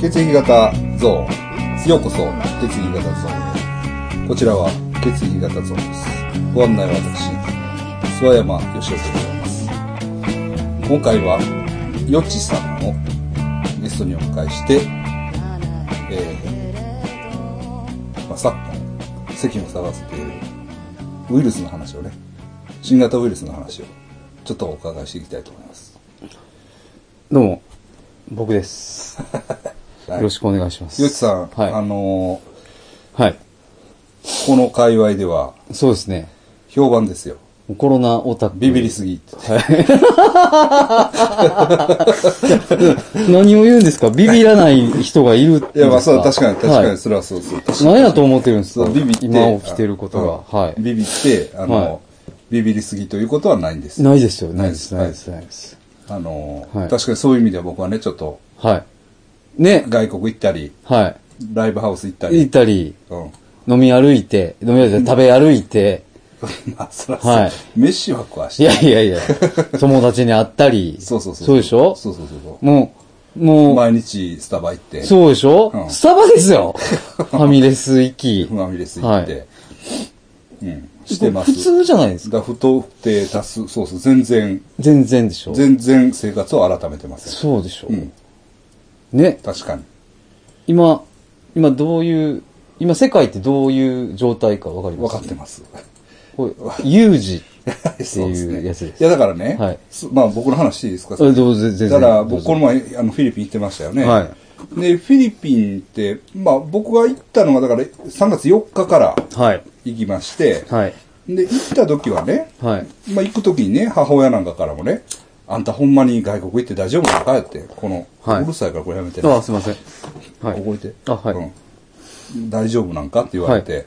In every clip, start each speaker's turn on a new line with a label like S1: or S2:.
S1: 血液型ゾーン。ようこそ、血液型ゾーンへ。こちらは、血液型ゾーンです。ご案内は私、諏訪山義雄でございます。今回は、よっちさんをゲストにお迎えして、えーまあ、昨今、席を探せているウイルスの話をね、新型ウイルスの話を、ちょっとお伺いしていきたいと思います。
S2: どうも、僕です。
S1: はい
S2: よろしくお願いします。
S1: よっちさん、あ
S2: は
S1: のー
S2: い。はい。
S1: この界隈では
S2: そうですね。
S1: 評判ですよ。
S2: コロナオタク。
S1: ビビりすぎって。
S2: 何を言う んですかビビらない人がいるんですか
S1: いや、まあそう、確かに、確か
S2: は
S1: に、
S2: い
S1: それはそうそう。
S2: 何やと思ってるんです
S1: そ
S2: か
S1: うビビって。
S2: 今起きてることが。
S1: うん
S2: はい。
S1: ビビって、あの、
S2: はい
S1: ビビりすぎということはないんです。
S2: ないですよ。ないで
S1: は
S2: す。
S1: い
S2: ないです。ないです。
S1: あの、
S2: はい
S1: 確かにそういう意味では僕はね、ちょっと、
S2: はい。ね。
S1: 外国行ったり、
S2: は
S1: ライブハウス行った
S2: い。
S1: り。
S2: 行ったり、
S1: うん。
S2: 飲み歩いて、飲み歩いて、食べ歩いて、
S1: まあ、そらそう。
S2: はい
S1: 飯は食わし
S2: い
S1: て。
S2: やい やいや、友達に会ったり。
S1: そうそうそう。
S2: そうでしょ
S1: そうそうそうそう。
S2: もう、もう、
S1: 毎日スタバ行って、
S2: そうでしょ、
S1: うん
S2: スタバです よファミレス行き。
S1: ファミレス行って、
S2: はい
S1: うん、してます。
S2: 普通じゃないですか
S1: が太って足す、そうそう、全然、
S2: 全然でしょ
S1: 全然生活を改めてません。
S2: そうでしょ、
S1: うん、
S2: ね。
S1: 確かに。
S2: 今、今どういう、今世界ってどういう状態かわかりま
S1: 分
S2: す
S1: かって ます。
S2: これ有事。
S1: そうです
S2: っていうやつです
S1: いや、だからね、
S2: はい
S1: すまあ僕の話いいですか
S2: あどうぞ全然
S1: だから
S2: どう
S1: 僕
S2: ぞ
S1: この前、あの、フィリピン行ってましたよね。
S2: は
S1: で、フィリピンって、まあ僕が行ったのが、だから3月4日から
S2: はい。
S1: 行きまして、
S2: はい。
S1: で、行った時はね、
S2: はい。
S1: まあ、行くときにね、母親なんかからもね、あんたほんまに外国行って大丈夫なのかよって、この、
S2: はいう
S1: るさいからこれやめて、
S2: あ、すいません。はい。
S1: 覚えて。
S2: あ、はい。
S1: うん大丈夫なんかって言われて、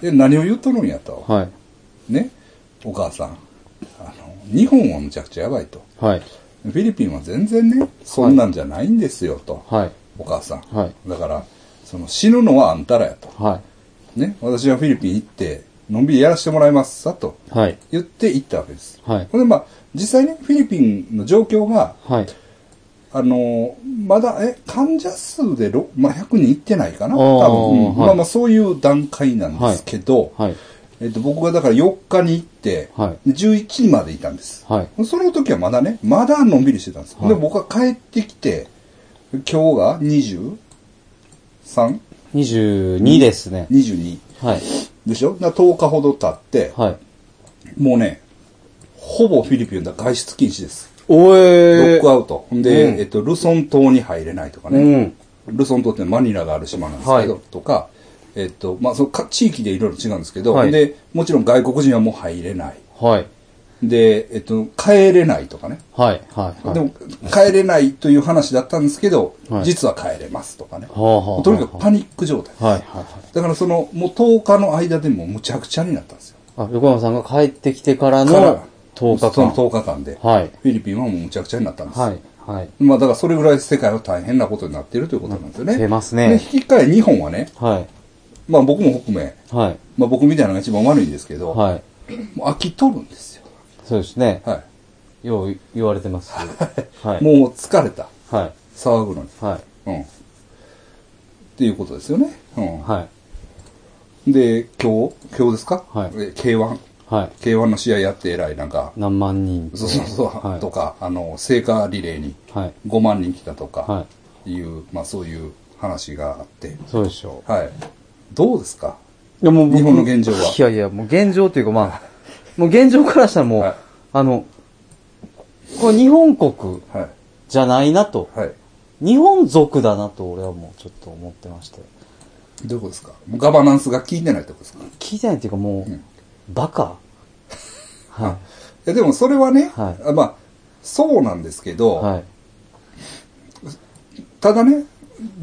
S1: で、何を言っとるんやと。
S2: はい。
S1: ね、お母さん、あの、日本はむちゃくちゃやばいと。
S2: はい。
S1: フィリピンは全然ね、そんなんじゃないんですよと、
S2: はい。
S1: お母さん。
S2: はい
S1: だから、その死ぬのはあんたらやと。
S2: は
S1: ね、私はフィリピン行って、のんびりやらせてもらいますさと。
S2: い。はい。
S1: 言って行ったわけです。
S2: はい
S1: ほんで、まあ、実際ね、フィリピンの状況が、
S2: はい。
S1: あのーまだ、え、患者数で、ろまあ、100人いってないかな
S2: あー
S1: 多分、うん
S2: はい
S1: まあまあ、そういう段階なんですけど、
S2: はい。
S1: えっと、僕がだから4日に行って、
S2: はい
S1: で11時までいたんです。
S2: はい。
S1: その時はまだね、まだのんびりしてたんです。
S2: はい
S1: で、僕が帰ってきて、今日が 23?22
S2: 22ですね。はい。
S1: でしょだから10日ほど経って、
S2: はい。
S1: もうね、ほぼフィリピンでは外出禁止です。
S2: お
S1: ロ
S2: え
S1: ックアウト。で、
S2: うん
S1: えっと、ルソン島に入れないとかね。
S2: うん。
S1: ルソン島ってマニラがある島なんですけど、
S2: はい
S1: とか、えっと、まあ、そのか地域でいろいろ違うんですけど、
S2: はい
S1: で、もちろん外国人はもう入れない。
S2: はい。
S1: で、えっと、帰れないとかね。
S2: はい。はい。はい。
S1: でも、帰れないという話だったんですけど、
S2: はい
S1: 実は帰れますとかね。
S2: はあはあ
S1: とにかくパニック状態。
S2: はい。はい。
S1: だからその、もう10日の間でもうむちゃくちゃになったんですよ。
S2: あ、横山さんが帰ってきてから
S1: から
S2: の10日
S1: その
S2: 間。
S1: 10日間で、
S2: はい。
S1: フィリピンはもうむちゃくちゃになったんです。
S2: はい。はい。
S1: まあだからそれぐらい世界は大変なことになっているということなんですよね。
S2: なってますね
S1: で、引き換え日本はね、
S2: はい。
S1: まあ僕も含め、
S2: はい。
S1: まあ僕みたいなのが一番悪いんですけど、
S2: はい。
S1: もう飽きとるんですよ。
S2: そうですね。
S1: は。
S2: よう言われてます。は いい。
S1: もう疲れた。
S2: はい。
S1: 騒ぐのに。
S2: はい。
S1: うん。っていうことですよね。うん。
S2: はい。
S1: で、今日、今日ですか
S2: はい
S1: え K1。
S2: はい。
S1: K1 の試合やって以来なんか、
S2: 何万人。
S1: そうそうそう、
S2: はい
S1: とか、あの、聖火リレーに
S2: はい。
S1: 5万人来たとか
S2: は、
S1: いう、まあそういう話があって、
S2: そうでしょ
S1: はい。どうですか
S2: う。いやもう僕
S1: 日本の現状はい
S2: やいや、もう現状というかまあ、もう現状からしたらも、
S1: はいう
S2: あの、これ日本国
S1: はい。
S2: じゃないなと。
S1: はい。
S2: 日本族だなと俺はもうちょっと思ってまして。
S1: どういうことですかもうガバナンスが効いてないってことですかい
S2: 聞いてないっていうかも
S1: うん
S2: う、バ カ。は
S1: やでもそれはね、
S2: はい
S1: あまあ、そうなんですけ
S2: い。
S1: ど、
S2: はい。
S1: ただね、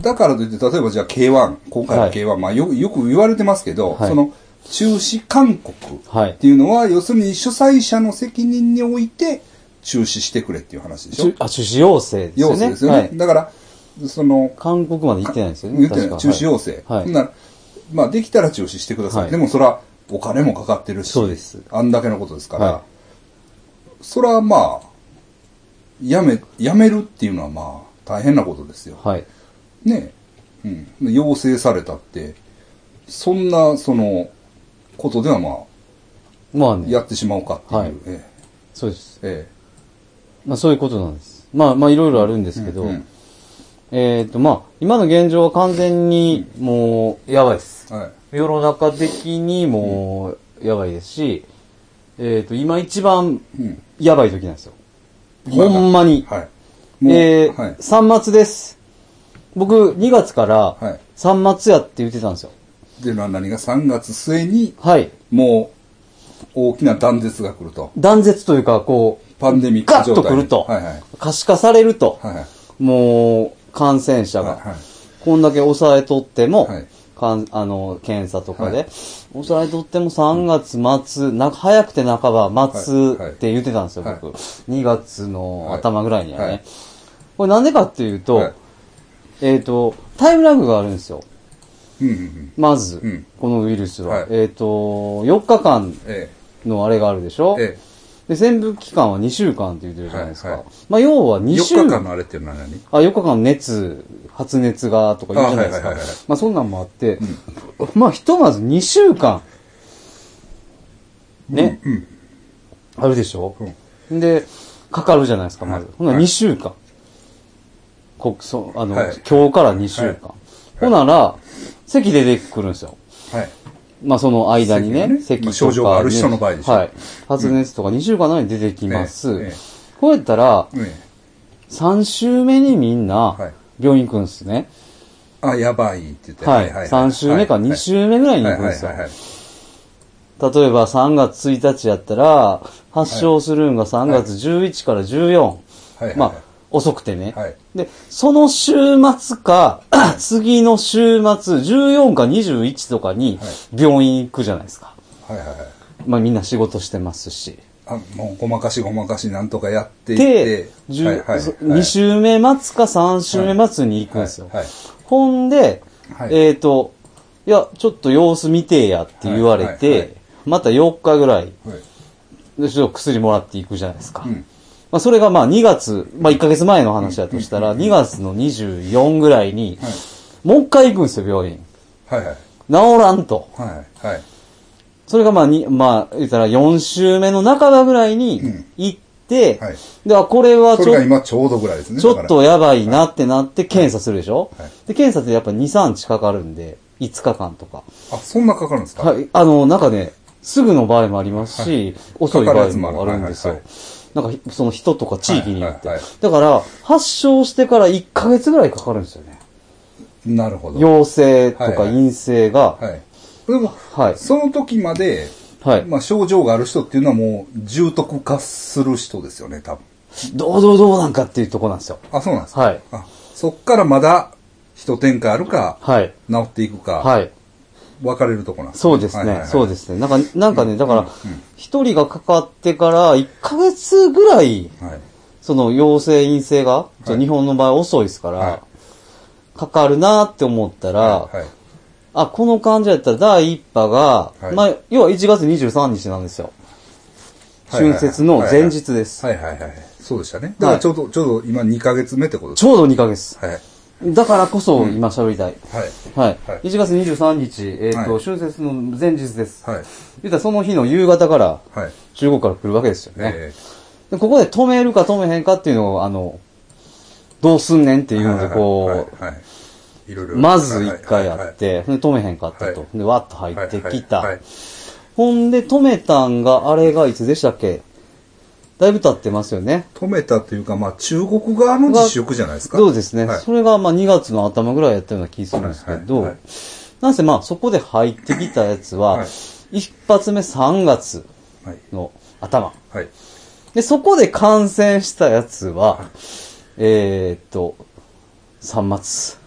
S1: だからといって、例えばじゃあ K1、今回の K1、まあよよく言われてますけど、
S2: はい
S1: その中止勧告
S2: はい
S1: っていうのは、要するに主催者の責任において中止してくれっていう話でしょ
S2: 中。あ、中止要請ですよ
S1: 要
S2: ね。
S1: 請ですよね。
S2: はい。
S1: だから、その、
S2: 韓国まで行ってないんですよね。
S1: 言ってない
S2: 確か
S1: 中止要請。
S2: はい。
S1: ほんならまあ、できたら中止してください。
S2: はい
S1: でも、そら、お金もかかってるし、
S2: そうです
S1: あんだけのことですから、
S2: は
S1: そら、まあ、やめ、やめるっていうのは、まあ、大変なことですよ。
S2: はい。
S1: ねえ、うん、要請されたって、そんな、その、ことではま
S2: まあ
S1: あ、
S2: ね。
S1: やってしまうかっていう。
S2: はい
S1: え
S2: そうです。
S1: え
S2: まあそういうことなんです。まあまあいろいろあるんですけど、
S1: うん
S2: えっ、とまあ今の現状は完全にもうやばいです。
S1: ええはい。
S2: 世の中的にもうやばいですし、えっ、と今一番
S1: うん
S2: やばい時なんですよ。
S1: 今だ
S2: ほんまに。
S1: はい。
S2: えー
S1: はい。
S2: 3末です。僕2月か
S1: はい
S2: ら3末やって言ってたんですよ。
S1: っていうのは何が3月末に、
S2: はい。
S1: もう、大きな断絶が来ると。
S2: 断絶というかこう、
S1: パンデミック
S2: ガッ
S1: 状態に。
S2: と来ると、
S1: はいはい。
S2: 可視化されると、
S1: はいはい。
S2: もう感染者が、
S1: はいはい
S2: こんだけ抑えとっても、
S1: はい
S2: かんあの検査とかで、
S1: はい
S2: 抑えとっても3月末、な早くて半ば末
S1: はい
S2: って言ってたんですよ、
S1: はい
S2: 僕、2月の頭ぐらいにはね、
S1: はいはい
S2: これなんでかっていうと、
S1: はい
S2: えっ、とタイムラグがあるんですよ
S1: うんうんうん。
S2: まず、
S1: うん
S2: このウイルスは、
S1: はい
S2: えっ、と4日間
S1: え
S2: のあれがあるでし
S1: え
S2: ょ、
S1: え
S2: で潜伏期間は2週間って言ってるじゃないですか、
S1: はいはい
S2: まあ要は
S1: え
S2: 2
S1: 4
S2: 週
S1: 日間のあれっていうのは何
S2: あ、4日間熱、発熱がとか言うじゃないです
S1: あ
S2: か
S1: はいはいはいはい。
S2: まあそんなんもあって、まあひとまず2週間、ね、
S1: うん。
S2: あるでしょ、で、かかるじゃないですか、まず。
S1: はい
S2: ほんなら2週間。こそうあの、
S1: はい
S2: 今日から2週間。
S1: はい
S2: ほなら、咳出てくるんですよ。
S1: はい。
S2: まあその間にね、
S1: 咳がね
S2: 咳とか、ね。
S1: 症状がある人の場合でしょ
S2: はい。発熱とか2週間の間に出てきます。
S1: ええええ
S2: こうやったら、
S1: ええ
S2: 3週目にみんな
S1: はい、
S2: 病院行くんですね。
S1: あ、やばいって言って。
S2: はい。3週目か2週目ぐらいに行くんですよ。
S1: はいはいはいはい
S2: 例えば3月1日やったら、発症するんが3月11から14。
S1: はいはい
S2: まあ、遅くてね、
S1: はい
S2: で、その週末か、 次の週末、14か21とかに
S1: はい
S2: 病院行くじゃないですか。
S1: はいはいはい。
S2: まあみんな仕事してますし。
S1: あ、もうごまかしごまかしなんとかやっていって
S2: で、、十
S1: はいはいはい
S2: そ2週目末か3週目末に行くんですよ。
S1: はいはい
S2: ほんで、
S1: はい
S2: えっ、と、いや、ちょっと様子見てやって言われて、
S1: はいはいはい
S2: また4日ぐら
S1: は
S2: い、
S1: い
S2: でちょっと薬もらっていくじゃないですか。
S1: うん
S2: まあ、それがまあ2月、まあ1ヶ月前の話だとしたら、2月の24ぐらいに、
S1: はい
S2: もう一回行くんですよ、病院。
S1: はいはい。
S2: 治らんと。
S1: はいはい。
S2: それがまあ、にまあ、言ったら4週目の半ばぐらいに
S1: うん
S2: 行って、
S1: はい
S2: で、あ、これは
S1: そ
S2: ち
S1: れ
S2: ょっ
S1: が今ちょうどぐらいですね。
S2: ちょっ
S1: だか
S2: とやばいなってなって検査するでしょ、
S1: はい
S2: で、検査ってやっぱ2、3日かかるんで、5日間とか。
S1: ら。あ、そんなかかるんですか
S2: はい。あの、なんかね、すぐの場合もありますし、遅い場合もあるんですよ。
S1: かかるや
S2: なんか、その人とか地域によって。
S1: はいはいはい
S2: だから、発症してから1ヶ月ぐらいかかるんですよね。
S1: なるほど。
S2: 陽性と
S1: はい
S2: か
S1: はい
S2: 陰性が。
S1: はい。でも、
S2: はい
S1: その時まで、
S2: はい
S1: まあ症状がある人っていうのはもう重篤化する人ですよね、多分。
S2: どうどうどうなんかっていうとこなんですよ。
S1: あ、そうなんですか。
S2: はい
S1: あそっからまだ、一展開あるか、
S2: はい。
S1: 治っていくか、
S2: はい。
S1: 分かれるとこなん。
S2: そうですね、そうですすね。なんか、なんかね、だから、一、人がかかってから1ヶ月ぐらい、
S1: はい。
S2: その陽性陰性が、ちょっと日本の場合遅いですから、
S1: は
S2: かかるなって思ったら、
S1: はい。はい
S2: あ、この感じやったら第1波が、
S1: はい
S2: まあ、要は1月23日なんですよ。
S1: はいはい
S2: 春節の前日です。
S1: はいはいはい。そうでしたね。だからちょうど、ちょうど今2ヶ月目ってことで
S2: ち
S1: す。
S2: ょうど2ヶ月。
S1: はい。はい。
S2: だからこそ今喋りたい。はい。
S1: はい
S2: 1月23日、えっ、と、
S1: はい
S2: 春節の前日です。
S1: はい。
S2: 言ったらその日の夕方から、
S1: はい。
S2: 中国から来るわけですよね。
S1: え
S2: でここで止めるか止めへんかっていうのを、あの、どうすんねんっていうので、こう、
S1: はいはいはいいろいろ。
S2: まず1回やっ
S1: はい
S2: て、ほんで止めへんかったと
S1: は。い
S2: で、わっと入
S1: はい、
S2: ってき
S1: はいは
S2: た
S1: い。
S2: ほんで止めたんが、あれがいつでしたっけだいぶ経ってますよね。
S1: 止めたというか、まあ中国側の自粛じゃないですか。
S2: そうですね。
S1: はい
S2: それがまあ2月の頭ぐらいやったような気するんですけ
S1: はいは
S2: ど
S1: い、
S2: なんせまあそこで入ってきたやつ
S1: は
S2: は、
S1: い
S2: 一発目3月
S1: はい。
S2: の頭。
S1: はい。
S2: で、そこで感染したやつは、えーっと、3末。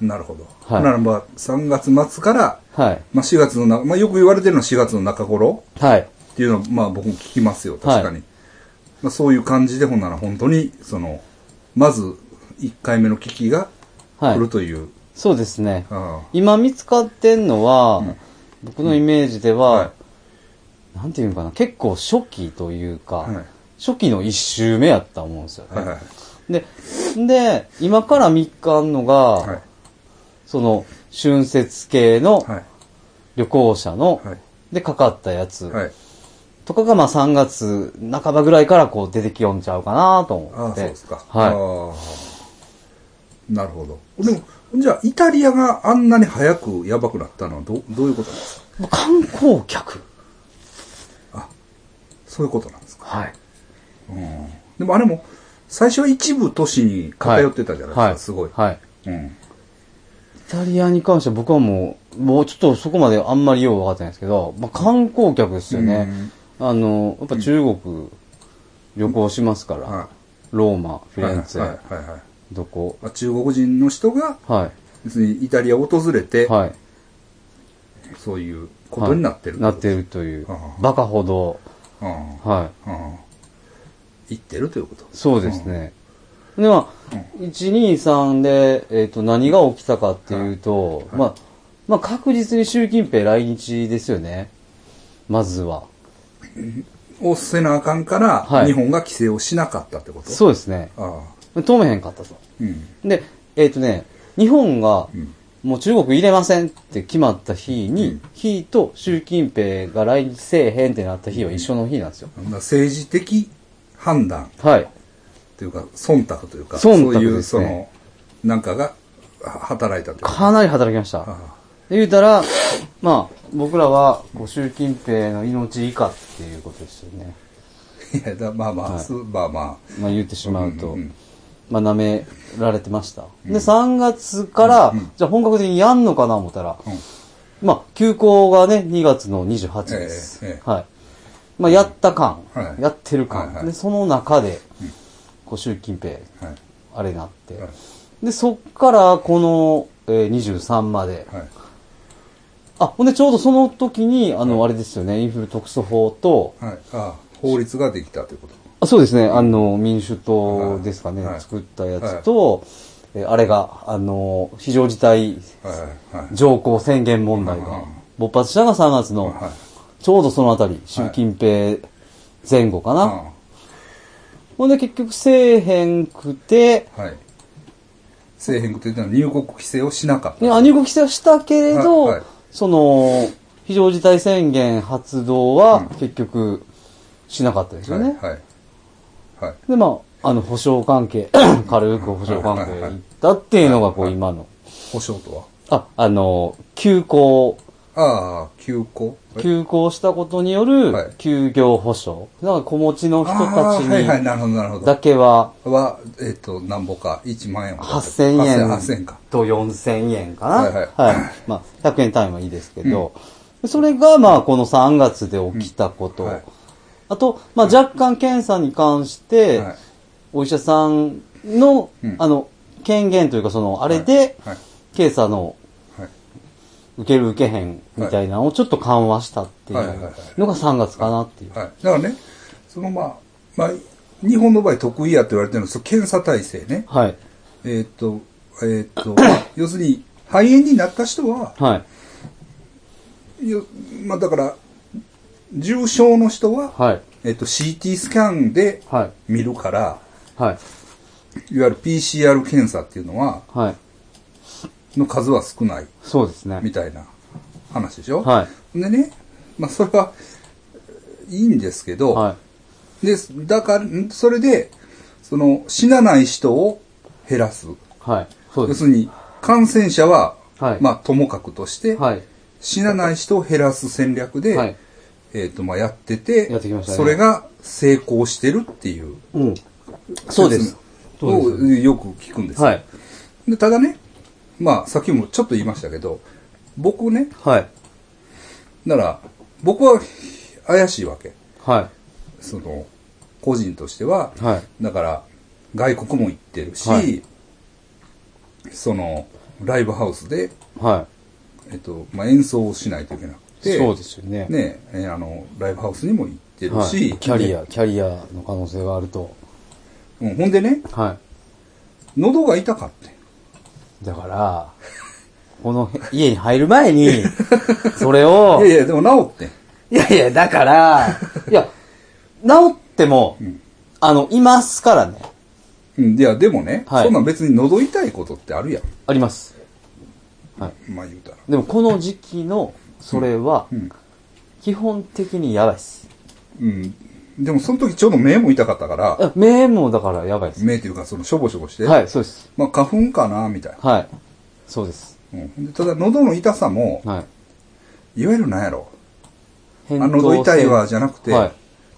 S1: なるほど。
S2: はい
S1: ならば、3月末から、
S2: はい。
S1: まあ4月のな、まあよく言われてるのは4月の中頃
S2: はい。
S1: っていうのは、まあ僕も聞きますよ、確かに。
S2: はい
S1: まあそういう感じで、ほんなら本当に、その、まず1回目の危機が
S2: は
S1: 来る
S2: い。
S1: という。
S2: そうですね。
S1: あ
S2: 今見つかってんのは、僕のイメージでは、
S1: は
S2: なんていうんかな、結構初期というか、
S1: はい
S2: 初期の一周目やったと思うんですよ
S1: あ
S2: ね。
S1: はいはい。
S2: で、で、今から3日あんのが、
S1: はい。
S2: その、春節系の
S1: はい。
S2: 旅行者の、
S1: はい
S2: でかかったやつ
S1: はい。
S2: とかが、まあ3月半ばぐらいからこう出てきよんちゃうかなと思って。
S1: ああ、そうですか。あ
S2: は
S1: ーなるほど。でも、じゃあ、イタリアがあんなに早くやばくなったのはど、どういうことなんですか
S2: い。観光客。
S1: そういうことなんですか。
S2: はい。
S1: うん。でも、あれも、最初は一部都市に偏ってたじゃないですか、すごい。
S2: はい。
S1: うん。
S2: イタリアに関しては僕はもう、もうちょっとそこまであんまりよう分かってないんですけど、まあ、観光客ですよね。あの、やっぱ中国旅行しますから、
S1: は
S2: ローマ、
S1: い。
S2: フィ
S1: はい。
S2: レ
S1: は
S2: ンツェ、
S1: い。はいはい。
S2: どこ、
S1: あ中国人の人が、
S2: は
S1: 別にイタリアを訪れて、
S2: い、はい。
S1: そういうことになってる、
S2: はいなってるという
S1: あ、あ
S2: バカほど、
S1: うん。
S2: は
S1: うん。行ってるということ。
S2: い、そうですね。で、まあ、123で、えっ、と、何が起きたかっていうと、まあ、まあ、確実に習近平来日ですよね。まずは。
S1: をせなあかんから、
S2: はい
S1: 日本が規制をしなかったってこと
S2: そうですね。
S1: う。ああ。
S2: 止めへんかったと。
S1: うん。
S2: で、えっ、とね、日本が
S1: ん、
S2: もう中国入れませんって決まった日に、日と習近平が来日せえへんってなった日は一緒の日なんですよ。
S1: だから政治的判断
S2: はい。
S1: というか、忖度というか、
S2: 忖
S1: そ
S2: 度
S1: うい
S2: で
S1: う、
S2: す
S1: そ
S2: ね
S1: の、なんかがは働いたというか。
S2: かなり働きました。
S1: あ
S2: で言うたら、まあ、僕らは、こう、習近平の命以下っていうことですよね。
S1: あいやだまあまあ、すまあま
S2: まあ言ってしまうと。
S1: うんうん
S2: まあ、舐められてました。で、3月から、じゃあ本格的にやんのかな思ったら、
S1: あ、うん。
S2: まあ、休校がね、2月の28日です。
S1: えええ
S2: はい。まあ、やった感、
S1: はい
S2: やってる感、
S1: はいはい
S2: で、その中で、こう、習近平、
S1: はい。
S2: あれなって。
S1: はい
S2: で、そっから、この、えー、23まで、
S1: はい。
S2: あ、ほんで、ちょうどその時に、あの、あれですよね、インフル特措法と、
S1: はい。ああ、法律ができたということ。
S2: あそうですね、あの、民主党ですかね、
S1: はい
S2: 作ったやつと、えーあれが、あの、非常事態
S1: はい。はい。
S2: 条項宣言問題
S1: はい
S2: が勃発したのが3月の、
S1: はい
S2: ちょうどそのあたり、習近平前後かな。
S1: あ
S2: ほんで結局せえへんくて、
S1: あはい。政変というのは入国規制をしなかった。
S2: ね、入国規制はしたけれど、
S1: はいはい
S2: その、非常事態宣言発動は結局しなかったですよね。
S1: はい。はい。はい。
S2: で、まあ、あの、保障関係、 軽く保障関係行ったっていうのが、こう、今の、
S1: 保証とは
S2: あ、あの、休校、
S1: ああ、休校え
S2: 休校したことによ
S1: はい
S2: る休業保障。だから、子持ちの人
S1: あ
S2: た
S1: あ
S2: ち
S1: はいはい、
S2: に
S1: なるほど、なるほど
S2: だ。けは、
S1: は、えっ、と、なんぼか、1万円は
S2: 8000
S1: 8000
S2: 円
S1: か。
S2: と4000円かな。
S1: はいはい
S2: まあ、100円単位はいいですけど、それが、まあ、この3月で起きたこと。
S1: うんはい
S2: あと、まあ、若干検査に関して、
S1: はい
S2: お医者さんの、
S1: うん
S2: あの、権限というか、その、あれで、
S1: はい。
S2: 検査の
S1: はい。
S2: 受ける受けへんみたいなのをちょっと緩和したっていう
S1: はいはいはいはい
S2: のが3月かなっていう。
S1: はい。だからね、そのまあ、まあ、日本の場合得意やって言われてるのは、その検査体制ね。
S2: はい。
S1: えっ、と、えっ、と、まあ要するに、肺炎になった人は、
S2: はい。
S1: よまあだから、重症の人は、
S2: はい。
S1: えっ、と、CT スキャンで
S2: はい。
S1: 見るから、
S2: はい。
S1: いわゆる PCR 検査っていうのは、
S2: はい。
S1: の数は少ない。
S2: そうですね。
S1: みたいな話でしょ、
S2: は
S1: でね、まあ、それはいいんですけど、
S2: は
S1: でだからんそれでその死なない人を減らす
S2: い。はい。そう
S1: 要
S2: ですす。
S1: るに感染者は、
S2: はい
S1: まあ、ともかくとして、
S2: はい。
S1: 死なない人を減らす戦略で、
S2: はい
S1: えーとまあ、やってて
S2: やってきましたね
S1: それが成功してるっていう
S2: うん。そうです。
S1: を
S2: そうです
S1: よく聞くんですよ、
S2: はい。
S1: でただね、まあ、さっきもちょっと言いましたけど僕ね
S2: はい。
S1: なら、僕は怪しいわけ。
S2: は
S1: その、個人としては、
S2: い。はい。
S1: だから、外国も行ってるし、
S2: はい
S1: その、ライブハウスで、
S2: は
S1: えっと、まあ、演奏をしないといけなく
S2: い。
S1: て、
S2: そうですよね。
S1: ねえーあの、ライブハウスにも行ってる
S2: は
S1: し、
S2: い。キャリ
S1: で
S2: ア、キャリアの可能性があると。
S1: うん、ほんでね、
S2: はい。
S1: 喉が痛かって。
S2: だから、このへ家に入る前に、それ を、
S1: いやいや、でも治ってん。
S2: いやいや、だから、いや、治っても、あの、いますからね。
S1: うん、いや、でもね、
S2: はい
S1: そんなん別に喉痛いことってあるやん。
S2: あります。
S1: まあ言うたら。
S2: でもこの時期のそれは
S1: うん。
S2: 基本的にやばいっす。
S1: うん。でもその時ちょうど目も痛かったから、
S2: あ目もだからやばいっす。
S1: 目っていうかそのしょぼしょぼして、
S2: はい、そうです。
S1: まあ花粉かな、みたいな。
S2: はい。そうです。
S1: うん、でただ喉の痛さも、
S2: はい。
S1: いわゆるなんやろ。あ
S2: 扁桃
S1: 喉痛いわじゃなくて、
S2: はい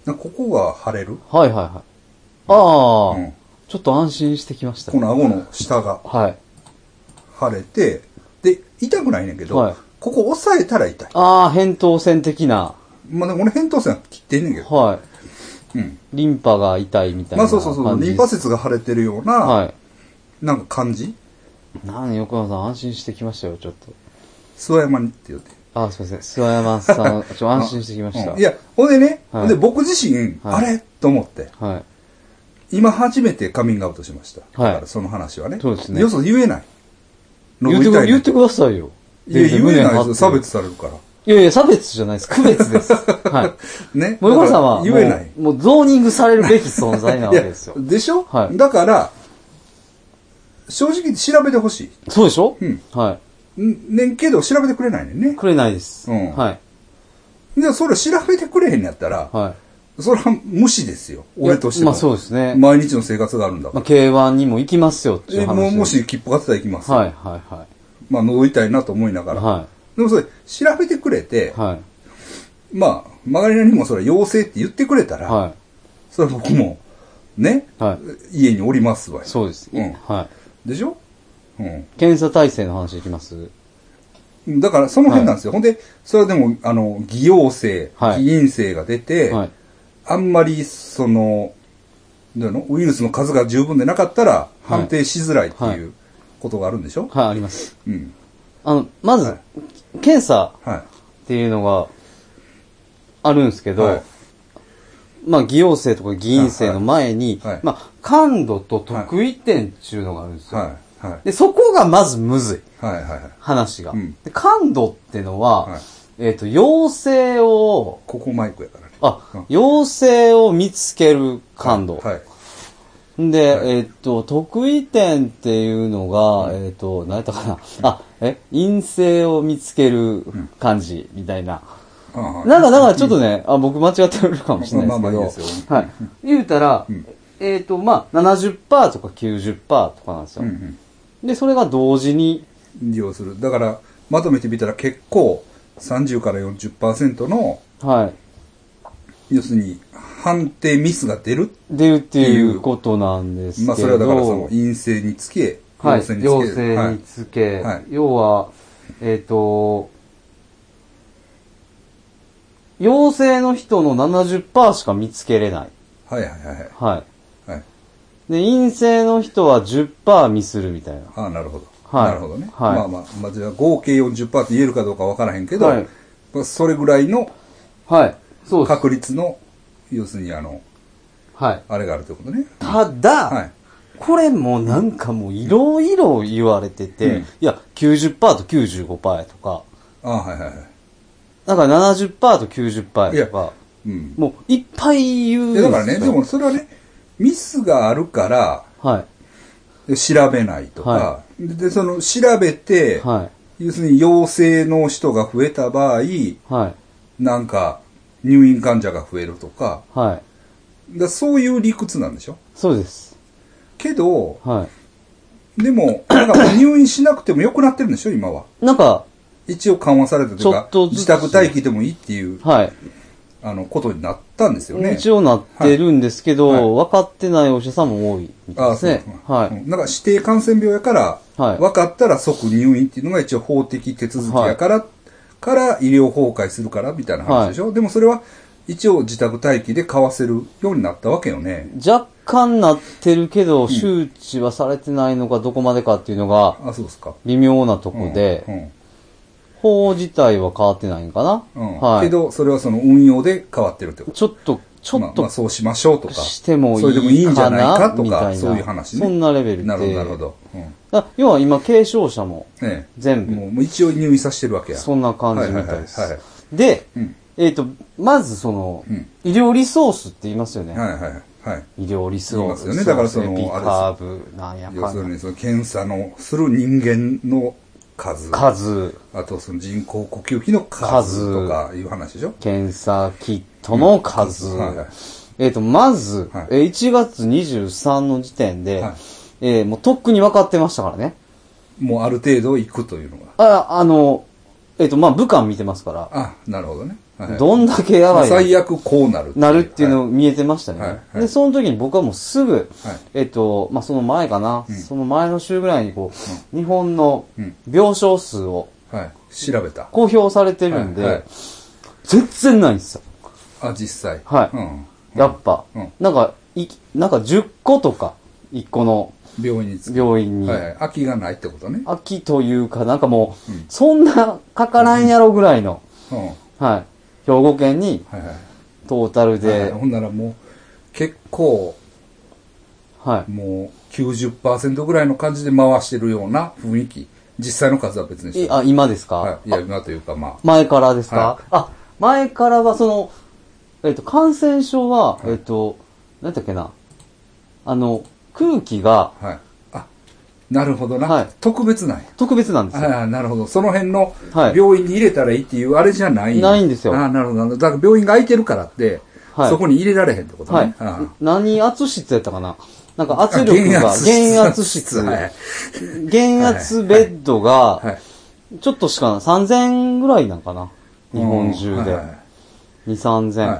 S1: なんかここが腫れる。
S2: はいはいはい。ああ、
S1: うん
S2: ちょっと安心してきました。
S1: この顎の下が
S2: はい。
S1: 腫れて、で、痛くないねんけど、
S2: はい
S1: ここ押さえたら痛い。
S2: ああ、扁桃腺的な。
S1: まあでも俺扁桃腺切ってんねんけど。
S2: は
S1: うん。
S2: い。リンパが痛いみたい
S1: ま
S2: な
S1: あ
S2: 感じ。
S1: そうそうそう、リンパ節が腫れてるような、
S2: は
S1: なんか感じ
S2: い。なんで横山さん安心してきましたよ、ちょっと。
S1: 諏訪山にって言って。
S2: ああ、すいません。諏訪 山さん、ちょっと安心してきました。
S1: うんいや、ほんでね、
S2: はい
S1: ほんで僕自身、あ
S2: はい
S1: れと思って、
S2: はい。
S1: 今初めてカミングアウトしました。
S2: はい
S1: だからその話はね。
S2: そうですね
S1: よそ言えない。
S2: 言ってく
S1: 喉痛いね
S2: 言ってくださいよ。
S1: いや、言えないですよ。差別
S2: い
S1: されるから。
S2: やいや、差別じゃないです。区別 です。はい。
S1: ね。
S2: もう横山さんは、
S1: だから言えない。
S2: もう、もうゾーニングされるべき存在なわけですよ
S1: い。やでしょ
S2: はい
S1: だから、正直調べてほし
S2: そうでしょ
S1: うん。
S2: はい
S1: んねんけど、調べてくれないねん
S2: い。
S1: ね。
S2: くれないです。
S1: うん
S2: はい。
S1: で、それ調べてくれへんのやったら、
S2: はい。
S1: それは無視ですよ。俺としても。
S2: まあそうですね
S1: 毎日の生活があるんだか
S2: まあ、
S1: ら。
S2: K1 にも行きますよっていう
S1: え
S2: 話
S1: もう
S2: で
S1: もし切符買ってたら行きますよ。
S2: はいはいは
S1: まあ、喉痛いなと思いなが
S2: い。
S1: ら。
S2: は
S1: でもそれ、調べてくれて、
S2: い。はい。
S1: まあ、曲がりなりにもそれ、陽性って言ってくれたら、
S2: は
S1: それは僕も、ね、
S2: い。はい。
S1: 家におりますわよ
S2: そうです。
S1: うん
S2: は
S1: でしょうん。
S2: い。検査体制の話いきます
S1: だから、その辺なんですよ。ほんで、それはでも、あの、偽陽性、
S2: はい
S1: 偽陰性が出て、
S2: はい。
S1: あんまり、その、どういうのウイルスの数が十分でなかったら、判定しづらいって
S2: はい
S1: い
S2: は
S1: うことがあるんでしょ、
S2: はい、あります。
S1: うん。
S2: あの、まず、
S1: はい
S2: 検査
S1: は
S2: っていうのがあるんですけど、
S1: はい
S2: まあ、偽陽性とか偽陰性の前に、
S1: はいはい
S2: まあ、感度と得意点っていうのがあるんです
S1: い。
S2: よ。
S1: はい。はい。
S2: で、そこがまずむずい。
S1: はい。はい。
S2: 話が。
S1: うん
S2: で感度ってのは、
S1: はい
S2: えっ、と、陽性を、
S1: ここマイクやからね。う
S2: あ
S1: ん、
S2: 陽性を見つける感度。
S1: はい。
S2: で、
S1: はい
S2: えっと、得意点っていうのが、えっと、何やったかな。あ、え、陰性を見つける感じ、みたいな。
S1: ああ
S2: なんか、だからちょっとね、あ、僕間違ってるかもしれない
S1: まあまあいい
S2: で
S1: ですす
S2: け
S1: よ
S2: ど、はい。言うたら
S1: うん、
S2: えっと、まあ、70%とか90%とかなんですよ
S1: うん。うん。
S2: で、それが同時に、
S1: 利用する。だから、まとめてみたら結構、30から40%の、
S2: はい、
S1: 要するに、判定ミスが出る。
S2: 出るっていうことなんですけど、
S1: まあ、それはだからその、陰性につけ、
S2: はい、
S1: 陽性につけ。
S2: 陽性につけ、
S1: はいはい
S2: 要は、えっ、と、陽性の人の70%しか見つけれない。
S1: はいはいはいはい。
S2: は
S1: はい、
S2: い。で、陰性の人は10%ミスるみたいな。
S1: ああ、なるほど。
S2: はい
S1: なるほどね。
S2: はい
S1: まあまあ、まあ、じゃあ合計40%って言えるかどうかわからへんけど、
S2: はい
S1: まあそれぐらいの
S2: はい。そうです。
S1: 確率の、要するにあの、
S2: はい。
S1: あれがあるということね。
S2: ただ、
S1: はい
S2: これもうなんかもういろいろ言われてて、
S1: うん
S2: いや、90%と95%やとか、
S1: ああ、はいはいはい。
S2: だから70%と90%
S1: い
S2: や
S1: や
S2: とか、
S1: うん。
S2: もういっぱい言うん
S1: い
S2: で
S1: や
S2: す
S1: だ
S2: よ。
S1: からね、でもそれはね、ミスがあるから、
S2: は
S1: 調べないとか、
S2: は
S1: で、その、調べて、
S2: い。はい。
S1: 要するに陽性の人が増えた場合、
S2: はい。
S1: なんか、入院患者が増えるとか、
S2: はい。
S1: だそういう理屈なんでしょ
S2: そうです。
S1: けど、
S2: は
S1: でも、なんかもう入院しなくても良くなってるんでしょ、今は。
S2: い。なんか、
S1: 一応緩和されたというか
S2: ちょっとずつ
S1: 自宅待機でもいいっていう、
S2: はい。
S1: あの、ことになったんですよね。
S2: 一応なってるんですけど、
S1: はい
S2: 分かってないお医者さんも多いみたい
S1: あ
S2: で
S1: あ、
S2: す
S1: そう
S2: ね。は
S1: うん
S2: い。
S1: なんか指定感染病やから、
S2: はい
S1: 分かったら即入院っていうのが一応法的手続きやから、から医療崩壊するからみたいな話でしょ、でもそれは一応自宅待機で買わせるようになったわけよね。
S2: 若干なってるけど、周知はされてないのかどこまでかっていうのが
S1: あ、そうですか。
S2: 微妙なとこ
S1: うん
S2: で、
S1: うん
S2: 法自体は変わってないんかな。
S1: うん
S2: は
S1: け
S2: い。
S1: ど、それはその運用で変わってるってこと。
S2: ちょっと、ちょ
S1: まあ
S2: っ
S1: ま
S2: と
S1: あ、そうしましょうとか。
S2: してもいい
S1: それでもいいんじゃないかと
S2: かなみたい
S1: か、
S2: な
S1: そういう話ね。
S2: そんなレベルで
S1: なるほど、なるほど。うん
S2: だ要は今、軽症者も
S1: ええ
S2: 全部
S1: もうもう一応入院させてるわけや。
S2: そんな感じみたいで
S1: はいはいはいは
S2: す。で
S1: うん、
S2: えっと、まずその
S1: うん、
S2: 医療リソースって言いますよね。
S1: はいはい。はい。
S2: 医療リス
S1: い
S2: を、
S1: ますよねだからその
S2: エピカーブ、なんや
S1: 要
S2: か
S1: する
S2: んや
S1: に、その検査のする人間の数。
S2: 数、
S1: あと、その人工呼吸器の数とかいう話でしょ
S2: 検査キットの数。
S1: うんはいはい
S2: えっ、と、まず、
S1: はい
S2: えー1月23の時点で、
S1: はい
S2: えーもうとっくに分かってましたからね。
S1: もうある程度行くというのが。
S2: あ、あの、えっ、と、まあ、武漢見てますから、
S1: あ、なるほどね。はい
S2: どんだけやばいの
S1: 最悪こうなる。
S2: なるっていうの
S1: は
S2: 見えてましたね。
S1: はいはい
S2: で、その時に僕はもうすぐ、
S1: はい
S2: えっと、まあ、その前かな、
S1: うん
S2: その前の週ぐらいにこう、日本の
S1: うん
S2: 病床数を
S1: い。はい。調べた。
S2: 公表されてるんで、
S1: はいはい
S2: 全然ないんですよ。
S1: あ、実際。
S2: はい
S1: うん。
S2: やっぱ、
S1: うん
S2: なんか、い、なんか10個とか、1個の
S1: 病院に着く。
S2: 病院に、
S1: はいはい。空きがないってことね。
S2: 秋というか、なんかもう、
S1: うん
S2: そんなかからんやろぐらいの、
S1: うん。はい
S2: はい、兵庫県に
S1: はい。
S2: トータル
S1: はいはい
S2: で、
S1: ほんならもう、結構、
S2: はい、
S1: もう90%ぐらいの感じで回してるような雰囲気。実際の数は別にし
S2: い
S1: て。
S2: あ、今ですか、
S1: はい。いや、今というかま
S2: 前からですか、
S1: はい
S2: あ、前からはその、えっ、と、感染症は、えっ、と、なんだっけな、あの、空気が
S1: あ。はい。あ、なるほどな。
S2: はい
S1: 特別ない。
S2: 特別なんですよ。
S1: ああ、なるほど。その辺の
S2: はい
S1: 病院に入れたらいいっていうあれじゃない。
S2: ないんですよ
S1: ああ、なるほどなるほど。だから病院が空いてるからって、
S2: はい
S1: そこに入れられへんってことね。
S2: はい
S1: ああ。
S2: 何圧室やったかななんか圧力が、減圧室、
S1: はい。
S2: 減圧ベッド
S1: は
S2: が、
S1: い。
S2: ちょっとしかない。3000ぐらいなんかな日本中で。
S1: はいはい
S2: 2、3000。
S1: はい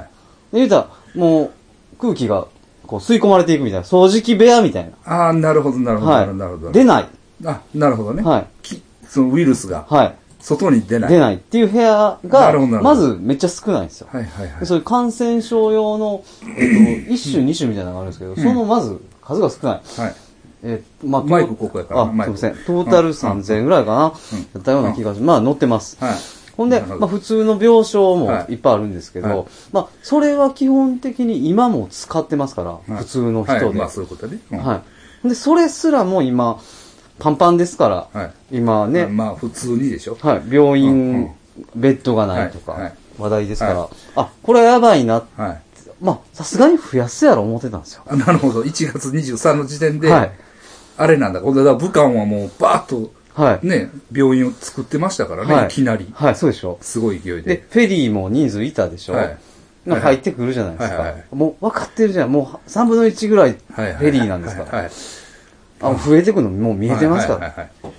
S2: で、言うたら、もう、空気が、こう、吸い込まれていくみたいな。掃除機部屋みたいな。
S1: ああ、なるほど、なるほど、なるほどなるほ
S2: は
S1: ど。
S2: い。出ない。
S1: あ、なるほどね。
S2: はい
S1: きそのウイルスが、
S2: はい。
S1: 外に出ない。
S2: 出ないっていう部屋
S1: な
S2: が
S1: るほどなる、ほど
S2: まずめっちゃ少ないんですよ。
S1: はいはいはい。
S2: そういう感染症用の、えっと、一種二種みたいなのがあるんですけど、そのまず数が少ない。
S1: はい。
S2: えーまあ、
S1: マイクここやから
S2: あ、すい
S1: マイ
S2: ま
S1: ク
S2: せん。トータル3000円ぐらいかな、
S1: うん
S2: だったような気がします。まあ、乗ってます。
S1: はい
S2: ほんで、
S1: なるほど
S2: まあ、普通の病床
S1: は
S2: も
S1: い
S2: いっぱいあるんですけど、
S1: はい
S2: まあ、それは基本的に今も使ってますから、
S1: はい
S2: 普通の人
S1: は
S2: で。はいい。
S1: まあそういうことね。うん
S2: ほんで、それすらも今、パンパンですから、
S1: はい
S2: 今ね、
S1: まあ普通にでしょ。
S2: はい、病院、
S1: うんうん
S2: ベッドがないと
S1: はいは
S2: か
S1: い、
S2: 話題ですから、
S1: はい
S2: あ、これはやばいなって、
S1: はい。
S2: まあ、さすがに増やすやろ思ってたんですよ。
S1: あなるほど。1月23の時点で、
S2: はい
S1: あれなんだ。これだ、武漢はもうバーッと、
S2: はい。
S1: ね、病院を作ってましたからね、
S2: はい
S1: い、きなり。
S2: はい、そうでしょ。
S1: すごい勢いで
S2: で、。フェリーも人数いたでしょ、
S1: はい
S2: なんか入ってくるじゃないですか。
S1: はいはい
S2: もう分かってるじゃん。もう3分の1ぐらいフ
S1: はいはい
S2: ェリーなんですから。
S1: はいはい
S2: あ増えてくのもう見えてますから。
S1: はいはいはい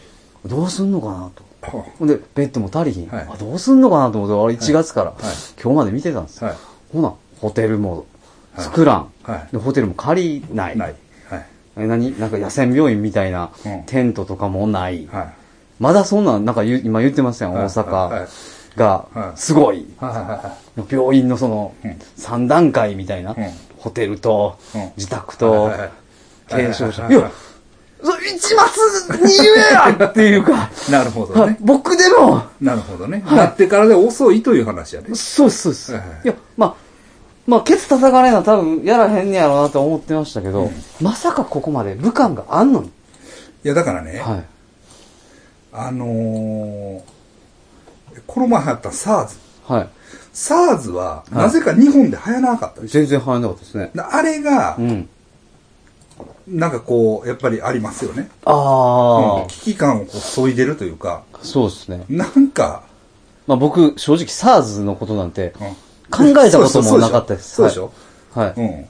S2: どうすんのかなと。
S1: は
S2: ほんで、ベッドも足りひん。
S1: はい
S2: あどうすんのかなと思って、俺1月から、
S1: いはい
S2: 今日まで見てたんです
S1: あ
S2: よ。
S1: はい。
S2: ほな、ホテルも
S1: はい
S2: 作らん。
S1: はい
S2: でホテルも借りない。
S1: ない。はい。
S2: え何なんか野戦病院みたいな
S1: うん
S2: テントとかもない。
S1: はい。
S2: まだそんなん、なんか言う今言ってましたよ、
S1: はい
S2: 大
S1: はいは
S2: 阪
S1: い
S2: が
S1: は。い
S2: すごい。
S1: はいは
S2: 病院のその
S1: うん
S2: 3段階みたいな、
S1: ん
S2: ホテルと
S1: うん
S2: 自宅
S1: い
S2: と
S1: はいはい。
S2: 軽症者。
S1: はいいはい
S2: や、それ一松に言えやっていうか、
S1: なるほどね。
S2: 僕でも、
S1: なるほどね。なってからで遅いという話やね。
S2: そうですそうです。
S1: はいはい
S2: いや、まあ、まあ、ケツ叩かれんのは多分やらへんねやろうなと思ってましたけど、まさかここまで武漢があんのに。
S1: いや、だからね、
S2: はい。
S1: あのーこの前流行った SARS。
S2: は
S1: SARS は、
S2: はい
S1: なぜか日本で流行らなかった
S2: い。
S1: でし
S2: 全然入らなかったですね
S1: ょ。。あれが
S2: う、ん。
S1: なんかこう、やっぱりありますよね。
S2: あ
S1: うん危機感をこう、削いでるというか、
S2: あ、そうですね。
S1: なんか、
S2: まあ僕、正直 SARS のことなんて
S1: うん
S2: 考えたこともなかったです。
S1: そうそうそうでしょ。そうでしょ
S2: はい。はい
S1: うん。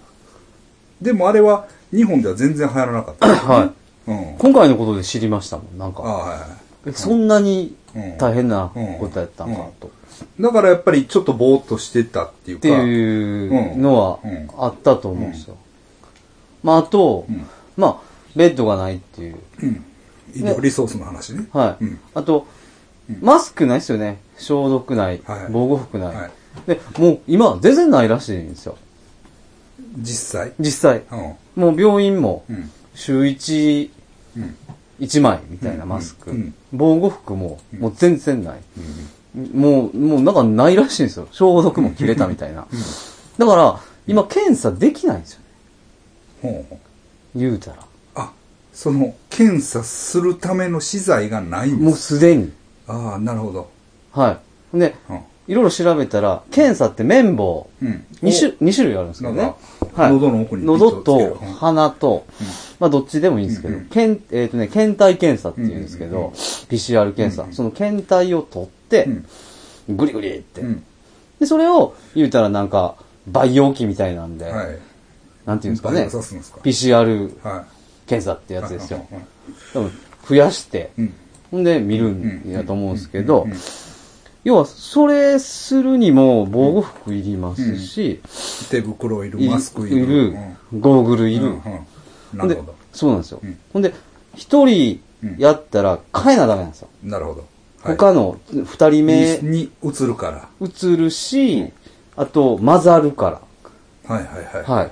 S1: でもあれは、日本では全然流行らなかった。
S2: は
S1: うん
S2: い。。今回のことで知りましたもん、なん
S1: あ
S2: か。
S1: はいは
S2: えそんなに大変なことやったんかと。っ
S1: い。だからやっぱりちょっとぼーっとしてたっていうか。
S2: ていうのは
S1: うん
S2: あったと思うんですよ。まあ、あと
S1: うん、
S2: まあ、ベッドがないっていう。
S1: うん。医療リソースの話ね。
S2: はい
S1: うん。
S2: あと、マスクないですよね。消毒ない
S1: はい。
S2: 防護服
S1: は
S2: な
S1: い。
S2: いで、もう今全然ないらしいんですよ。
S1: 実際。
S2: 実際。
S1: うん。
S2: もう病院も
S1: うん。
S2: 週1、
S1: うん。
S2: 1枚みたいなマスク。
S1: うんうん
S2: 防護服も、もう全然ない。
S1: うん
S2: もう、もうなんかないらしいんですよ。消毒も切れたみたいな。だから、今検査できないんですよね。
S1: ほう
S2: 言うたら。
S1: あ、その、検査するための資材がないん
S2: も
S1: で
S2: う
S1: す。
S2: すでに。
S1: ああ、なるほど。
S2: はい。で、
S1: うん。
S2: いろいろ調べたら、検査って綿棒、
S1: うん
S2: 2種、二種類あるんですけど
S1: なん
S2: ね
S1: か。
S2: はい。
S1: 喉の奥にピッと
S2: 喉
S1: つける
S2: と鼻と、まあどっちでもいいんですけど、けんえっ、とね、検体検査っていうんですけど、
S1: うんうんうん
S2: PCR 検査、その検体を取って、グリグリって、
S1: うん。
S2: で、それを、言うたらなんか、培養器みたいなんで、
S1: はい。
S2: なんていうんですか
S1: バイ
S2: ね
S1: オ刺すんですか
S2: PCR
S1: は
S2: 検査って
S1: い。
S2: やつですよ
S1: う。ん
S2: 多分増やして、
S1: うん。
S2: ほんで見るんやと思うんですけ
S1: う
S2: ど
S1: んうんうん、
S2: 要は、それするにも防護服いりますし、
S1: 手袋いる、
S2: い
S1: マスクいる。
S2: るゴーグルい
S1: うん。う
S2: る
S1: ん。うん
S2: ほ
S1: なんる
S2: で
S1: ほど。、
S2: そうなんですよ
S1: うん。
S2: ほんで、一人やったら変えなダメなんですよ。
S1: なるほど。はい
S2: 他の二人目
S1: にに移るから。
S2: 映るし、あと混ざるか
S1: はいはいはい。
S2: ら。はい。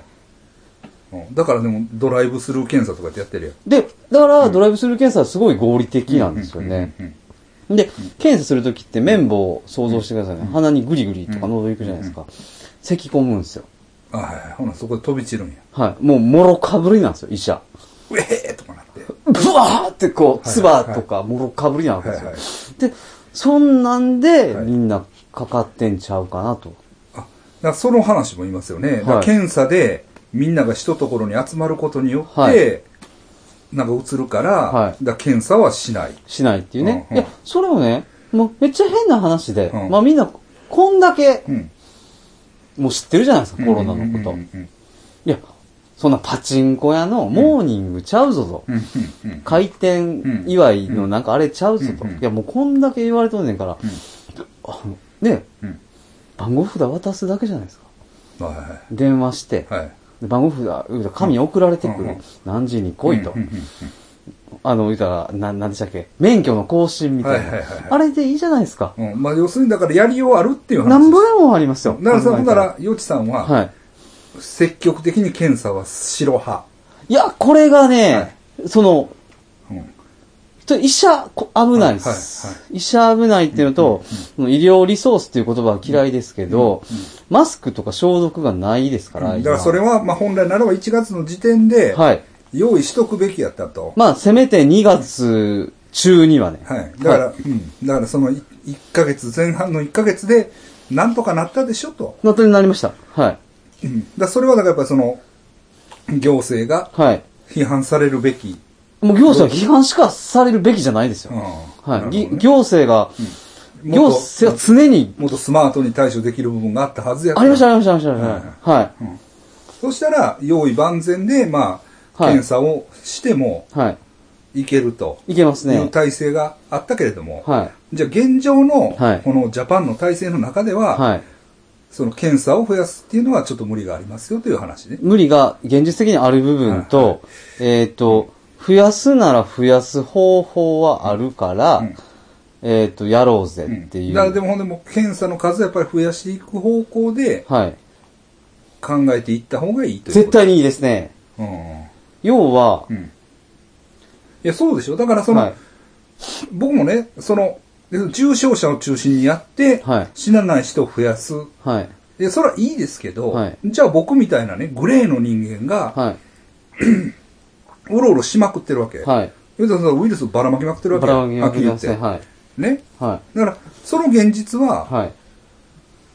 S1: うんだからでも、ドライブスルー検査とかってやってるやん。
S2: で、だからドライブスルー検査はすごい合理的なんですよね。
S1: うん。
S2: で、検査するときって綿棒を想像してくださいね。鼻にグリグリとか喉行くじゃないですか。咳込むんですよ。
S1: あはいはい。ほな、そこで飛び散るんや。
S2: はい。もう、もろかぶりなんですよ、医者。
S1: うえーとかなって。
S2: ブワーってこう、
S1: はい
S2: 唾とか、もろかぶりなわけですよ。
S1: はいは
S2: で、そんなんで、
S1: はい
S2: みんなかかってんちゃうかなと。
S1: あ、だからその話もいますよね。だから
S2: はい
S1: 検査で、みんなが一ところに集まることによって、
S2: はい
S1: なんか移るから、
S2: はい
S1: だから検査はしない。
S2: しないっていうね。
S1: うんうん
S2: いや、それもね、もうめっちゃ変な話で、
S1: うん
S2: まあみんな、こんだけ
S1: う、ん。
S2: もう知ってるじゃないですか、コロナのこと。
S1: うん
S2: い
S1: うん
S2: や、そんなパチンコ屋のモーニングちゃうぞと。
S1: うんうんうん
S2: 開店祝いのなんかあれちゃうぞと。
S1: うんうん
S2: いや、もうこんだけ言われとんねんから、あのね、
S1: うん
S2: 番号札渡すだけじゃないですか。
S1: うん。はいはい
S2: 電話して、
S1: はい。はい。
S2: で番号札、紙送られてくる。
S1: うんうん
S2: 何時に来いと。
S1: うんうんうん
S2: あの、言ったら、な、なんでしたっけ免許の更新みたい
S1: は
S2: な。
S1: いはいはいはい
S2: あれでいいじゃないですか。
S1: うんまあ、要するに、だから、やりようあるっていう話。
S2: なんぼでもありますよ。
S1: なら、
S2: 考
S1: さ
S2: え
S1: ん
S2: た
S1: なら、よちさんは、
S2: はい。
S1: 積極的に検査は白派。
S2: いや、これがね、
S1: はい
S2: その、
S1: うん。
S2: ちょ医者こ危ないです、
S1: はいは
S2: 医者危ないっていうのと、その医療リソースっていう言葉は嫌いですけど、マスクとか消毒がないですから、
S1: だ
S2: 今
S1: から、それは、まあ、本来ならば1月の時点で、
S2: はい。
S1: 用意しとくべきやったと。
S2: まあ、せめて2月中にはね。
S1: はい。だから、
S2: は
S1: うん。だからそのい1ヶ月、前半の1ヶ月で、なんとかなったでしょと。
S2: なったになりました。はい。
S1: うん。だからそれは、だからやっぱりその、行政が
S2: はい。
S1: 批判されるべき。
S2: もう行政は批判しかされるべきじゃないです
S1: う
S2: よ。
S1: ん。
S2: はい。ぎ
S1: ぎ
S2: 行政が、
S1: うん
S2: 行政は常に、
S1: もっとスマートに対処できる部分があったはずや
S2: ありました、ありました、ありました。は
S1: うんそしたら、用意万全で、まあ、
S2: はい
S1: 検査をしても
S2: い。はい
S1: けると
S2: い。いけます
S1: い
S2: ね
S1: う。体制があったけれども、
S2: は
S1: じゃあ現状の、
S2: はい
S1: このジャパンの体制の中で
S2: い。
S1: は、
S2: はい。
S1: その検査を増やすっていうのはちょっと無理がありますよという話ね。
S2: 無理が現実的にある部分と、えっ、と、増やすなら増やす方法はあるから、
S1: うん
S2: えっ、と、やろうぜ
S1: うん
S2: っていう。
S1: だからでもほんでもう検査の数をやっぱり増やしていく方向で
S2: はい。
S1: 考えていった方がいいという
S2: 絶
S1: こと。
S2: 対にいいですね。
S1: うん。
S2: 要は、
S1: うん。いや、そうでしょ。だからその、
S2: はい。
S1: 僕もね、その、重症者を中心にやって、
S2: はい
S1: 死なない人を増やす
S2: はい。
S1: で、それはいいですけど、
S2: はい
S1: じゃあ僕みたいなね、グレーの人間が、
S2: は
S1: うろうろしまくってるわけ。
S2: い。はい。
S1: 要するにそのウイルスをばらまきまくってるわけ
S2: バランギ
S1: はっきり言
S2: ま
S1: って。
S2: すね。はい。
S1: ね。
S2: は
S1: だから、その現実
S2: い。
S1: は、
S2: はい。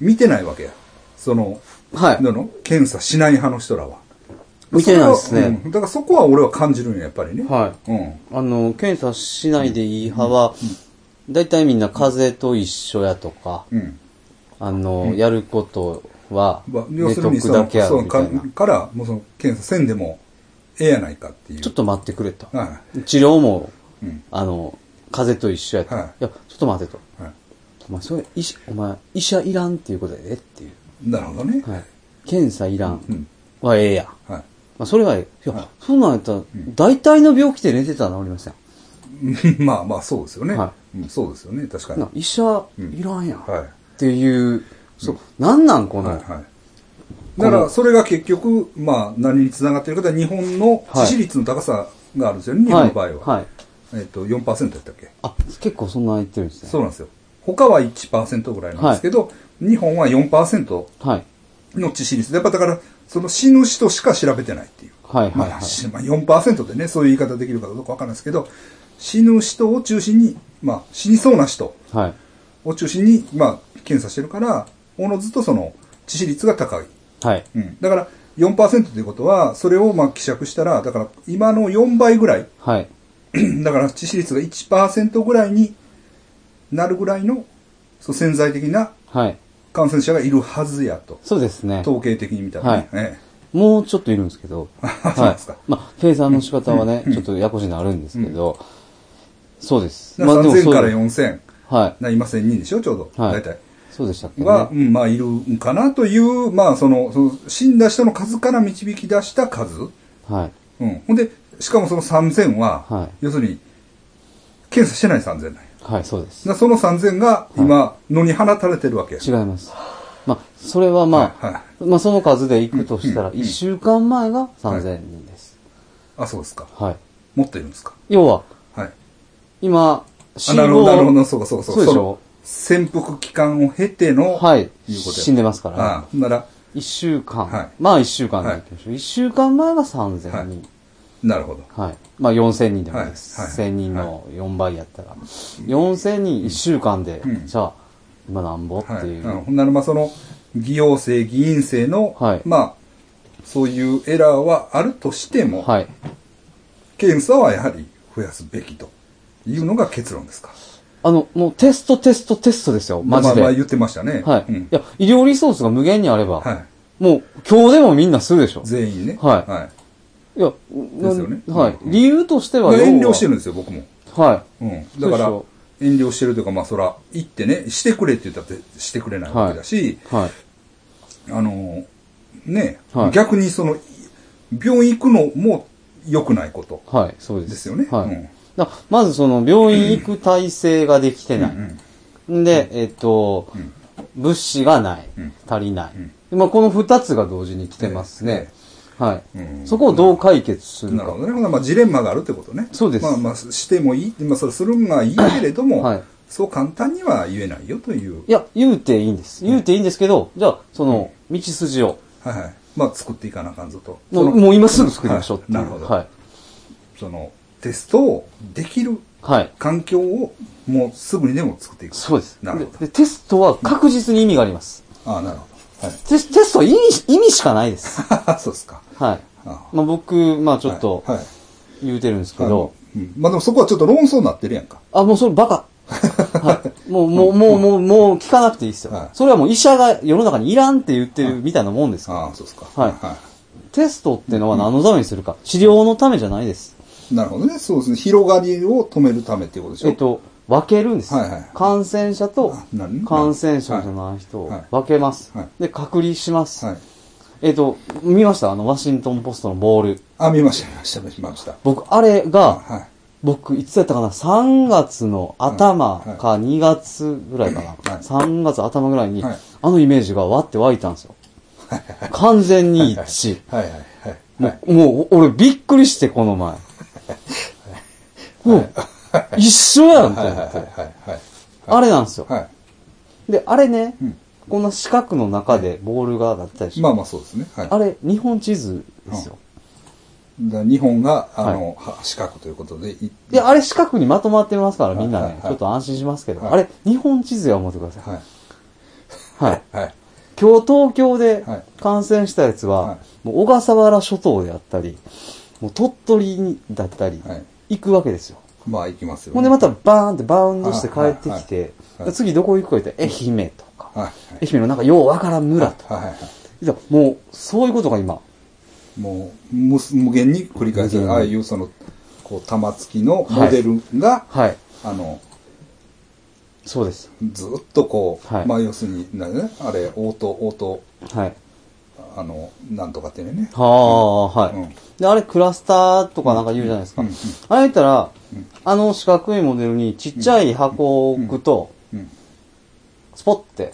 S1: 見てないわけや。その、
S2: はい。
S1: なの検査しない派の人らは。
S2: 見てないです
S1: それは
S2: ね。
S1: うんだからそこは俺は感じるんや、やっぱりね。
S2: は
S1: うん。
S2: い。あの、検査しないでいい派は、だいたいみんな風邪と一緒やとか、
S1: うん。
S2: あの、やることは、
S1: ま
S2: 寝
S1: 要する
S2: と
S1: にそ
S2: く
S1: の
S2: だけや
S1: そ
S2: る
S1: の
S2: み
S1: か
S2: たいな。
S1: から、もうその検査せんでも、ええやないかっていう。
S2: ちょっと待ってくれと。
S1: は
S2: 治療も、
S1: い。うん。
S2: あの、風邪と一緒やと。
S1: はい
S2: い、や、ちょっと待てと。
S1: は
S2: お前、それ、医師、お前、医者いらんっていうことやでっていう。
S1: い。なるほどね。
S2: はい。検査いら
S1: うんん。
S2: はええやん。
S1: はい。
S2: まあ、それはええ。いや、
S1: はい
S2: そうなんやったら、大体の病気で寝てたら治りませ
S1: う
S2: ん。
S1: ん まあまあそうですよね、
S2: は
S1: うん、そうですよね確かに
S2: な
S1: は
S2: 医者いらんやん。
S1: い、は
S2: っていう、そう、なんなんこ
S1: い
S2: の、
S1: はい、だからそれが結局まあ何につながっているかというと日本の
S2: は
S1: 致
S2: い
S1: 死率の高さがあるんですよね、日本の場合は、
S2: い。
S1: えっと4%やったっけ
S2: あ、結構そんな言ってるんですね。
S1: そうなんですよ他は1%ぐらいなんですけど、日本は4%
S2: はい。
S1: の致死率でやっぱだからその死ぬ人しか調べてないっていう、
S2: はいはい
S1: ま
S2: は
S1: あ、
S2: い。
S1: しまあ4%でねそういう言い方できるかどうかわからないですけど死ぬ人を中心に、まあ、死にそうな人
S2: はい。
S1: を中心に、まあ、検査してるから、おのずとその、致死率が高い。
S2: はい。
S1: うん。だから、4%ということは、それをまあ、希釈したら、だから、今の4倍ぐらい、
S2: はい。
S1: だから、致死率が1%ぐらいになるぐらいの、そう潜在的な
S2: はい。
S1: 感染者がいるはずやと。
S2: そうですね。
S1: 統計的に見たらね。え
S2: もうちょっといるんです けど。
S1: あそうですか
S2: まあ、計算の仕方はね、ちょっとややこしになるんですけど、そうです。
S1: え。だから
S2: でも
S1: 3000
S2: そう
S1: から4000、
S2: はい。
S1: な今1002でしょ、ちょうど。
S2: はい
S1: 大体。
S2: そうでしたっけね。
S1: は、うん、まあ、いるんかなという、まあ、その、その死んだ人の数から導き出した数。
S2: はい。
S1: うん。ほんで、しかもその3000は、
S2: はい
S1: 要するに、検査してない3000なんや。
S2: はい、そうです。
S1: なその3000が今、野に放たれてるわけや。
S2: 違います。まあ、それはまあ、
S1: はいは
S2: まあ、その数でいくとしたら、
S1: うんうん
S2: 1週間前が3000人です。
S1: あ、そうですか。
S2: はい。
S1: 持ってるんですか。
S2: 要は、
S1: はい。
S2: 今、
S1: あ、なるほど、なるほど、そううか、そうか、
S2: そうでしょ
S1: その潜伏期間を経ての、
S2: はい
S1: いうことや
S2: 死んでますから
S1: ああほんなら、
S2: 1週間。
S1: はい
S2: まあ、1週間でいきましょう。1週間前が3000人。
S1: なるほど。
S2: はい。まあ、4000人でもいいです。
S1: はいはい
S2: 1000人の4倍やったら。4000人1週間で、
S1: うん
S2: じゃあ、今なんぼって
S1: はい。
S2: いう。
S1: うんほんなら、まあ、その、偽陽性、偽陰性の、
S2: はい
S1: まあ、そういうエラーはあるとしても、
S2: はい。
S1: 検査はやはり増やすべきというのが結論ですか。
S2: あの、もうテストテストテストですよ。マジで。
S1: まあ、まあ言ってましたね。
S2: はい、
S1: う
S2: い
S1: ん
S2: や、医療リソースが無限にあれば、
S1: はい。
S2: もう今日でもみんなするでしょ。
S1: 全員ね。
S2: はい
S1: はい
S2: いや、
S1: ですよね
S2: なんはい。
S1: うん
S2: 理由としては
S1: だから遠
S2: 要
S1: 慮
S2: は
S1: してるんですよ、僕も。
S2: は
S1: うん。
S2: そ
S1: だ
S2: うで
S1: か
S2: し
S1: ら
S2: ょ、
S1: 遠慮してるというか、まあ、そら、行ってね、してくれって言ったってしてくれないわけだし、
S2: い。はい。
S1: あのー、ね、
S2: はい
S1: 逆にその、病院行くのも良くないこと。
S2: はい。そうです。
S1: ですよね
S2: はい。
S1: うん
S2: だまずその病院行く体制ができてない。んで、えっ、と、
S1: ん
S2: 物資がない。
S1: うん
S2: 足りない。まあ、この二つが同時に来てますね。はい、
S1: うん
S2: そこをどう解決する
S1: な
S2: か。
S1: るほどね。ほなまあ、ジレンマがあるってことね。
S2: そうです
S1: まあまあ、してもいい。まあ、それするんがいいけれども、
S2: はい
S1: そう簡単には言えないよという。
S2: いや、言うていいんです。言うていいんですけど、じゃあ、その、道筋を、
S1: はいはい。まあ、作っていかなあかんぞと。そ
S2: も
S1: の
S2: う、もう今すぐ作りましょうっていう。
S1: はいなるほど
S2: はい。
S1: その、テストをできる
S2: はい。
S1: 環境を、もうすぐにでも作っていく。
S2: そうです。
S1: なるほど
S2: ででテストは確実に意味があります。
S1: ああ、なるほど。はい。
S2: テステストは意味、意味しかないです。
S1: そうですか。
S2: はい。
S1: あ
S2: まあ僕、まあちょっと
S1: はいはい
S2: 言うてるんですけ
S1: あ
S2: ど、
S1: のうんまあでもそこはちょっと論争になってるやんか。
S2: あ、もうそれバ カ。はい、もう、もう、もう、もう、もう聞かなくていいですよ、
S1: はい
S2: それはもう医者が世の中にいらんって言ってるみたいなもんですから。
S1: ああ、そうですか。
S2: はいテストってのは何のためにするか、治療のためじゃないです。
S1: なるほどね。そうですね。広がりを止めるためっていうことでしょ。
S2: えっと、分けるんです、
S1: はいはい
S2: 感染者と
S1: あなるほど
S2: 感染者じゃない人を
S1: はいはい
S2: 分けます。
S1: はい
S2: で、隔離します。
S1: はい。
S2: えっと、見ましたあの、ワシントンポストのボール。
S1: あ、見ました、見ました、見ました。
S2: 僕、あれが、
S1: は
S2: 僕、いつやったかな ?3 月の頭か2月ぐらいかな、
S1: はい
S2: ?3 月頭ぐらいに、
S1: はい
S2: あのイメージがわって湧いたんですよ。完全に一致。
S1: い。はいはいはい。
S2: もう、もう俺びっくりして、この前。もう、一緒やんと
S1: はい
S2: 思
S1: はい
S2: って。
S1: はいはい。
S2: あれなんですよ。
S1: は
S2: で、あれね、
S1: ん
S2: こんな四角の中でボールがなってたで
S1: い。
S2: しょ。
S1: まあまあそうですね。はい。
S2: あれ、日本地図ですよ。
S1: だ日本が、あの、は四角ということで、い
S2: で、あれ四角にまとまってますから、みんな
S1: はいは、い
S2: ねち
S1: はい
S2: ょっと安心しますけど、
S1: はい
S2: あれ、日本地図や思ってくださ。
S1: はい
S2: はい。
S1: い。はい。
S2: 今日東京で
S1: はい
S2: 感染したやつは、
S1: はい
S2: もう小笠原諸島であったり、もう鳥取にだったり、
S1: はい
S2: 行くわけですよ。
S1: まあ行きますよ、
S2: ほんでまたバーンってバウンドして帰ってき
S1: はい
S2: て
S1: はいはい、
S2: 次どこ行くか言ったら愛媛とか、
S1: はい
S2: 愛媛のなんかようわからん村とか、
S1: はいはいはい。
S2: いやもうそういうことが今、
S1: もう、無無限に繰り返す
S2: 無限。に
S1: ああいうその、こう、玉付きのモデルが、
S2: はい、
S1: あの、
S2: そうです。
S1: ずっとこう、
S2: はい
S1: まあ要するに、なんだね、あれ、オート、オート、
S2: はい。
S1: あの、なんとかっていうね。
S2: はあ、はい、
S1: うん
S2: で、あれクラスターとかなんか言うじゃないですか。
S1: うんうん
S2: あれ言ったら、あの四角いモデルにちっちゃい箱を置くと、
S1: うん。
S2: スポッて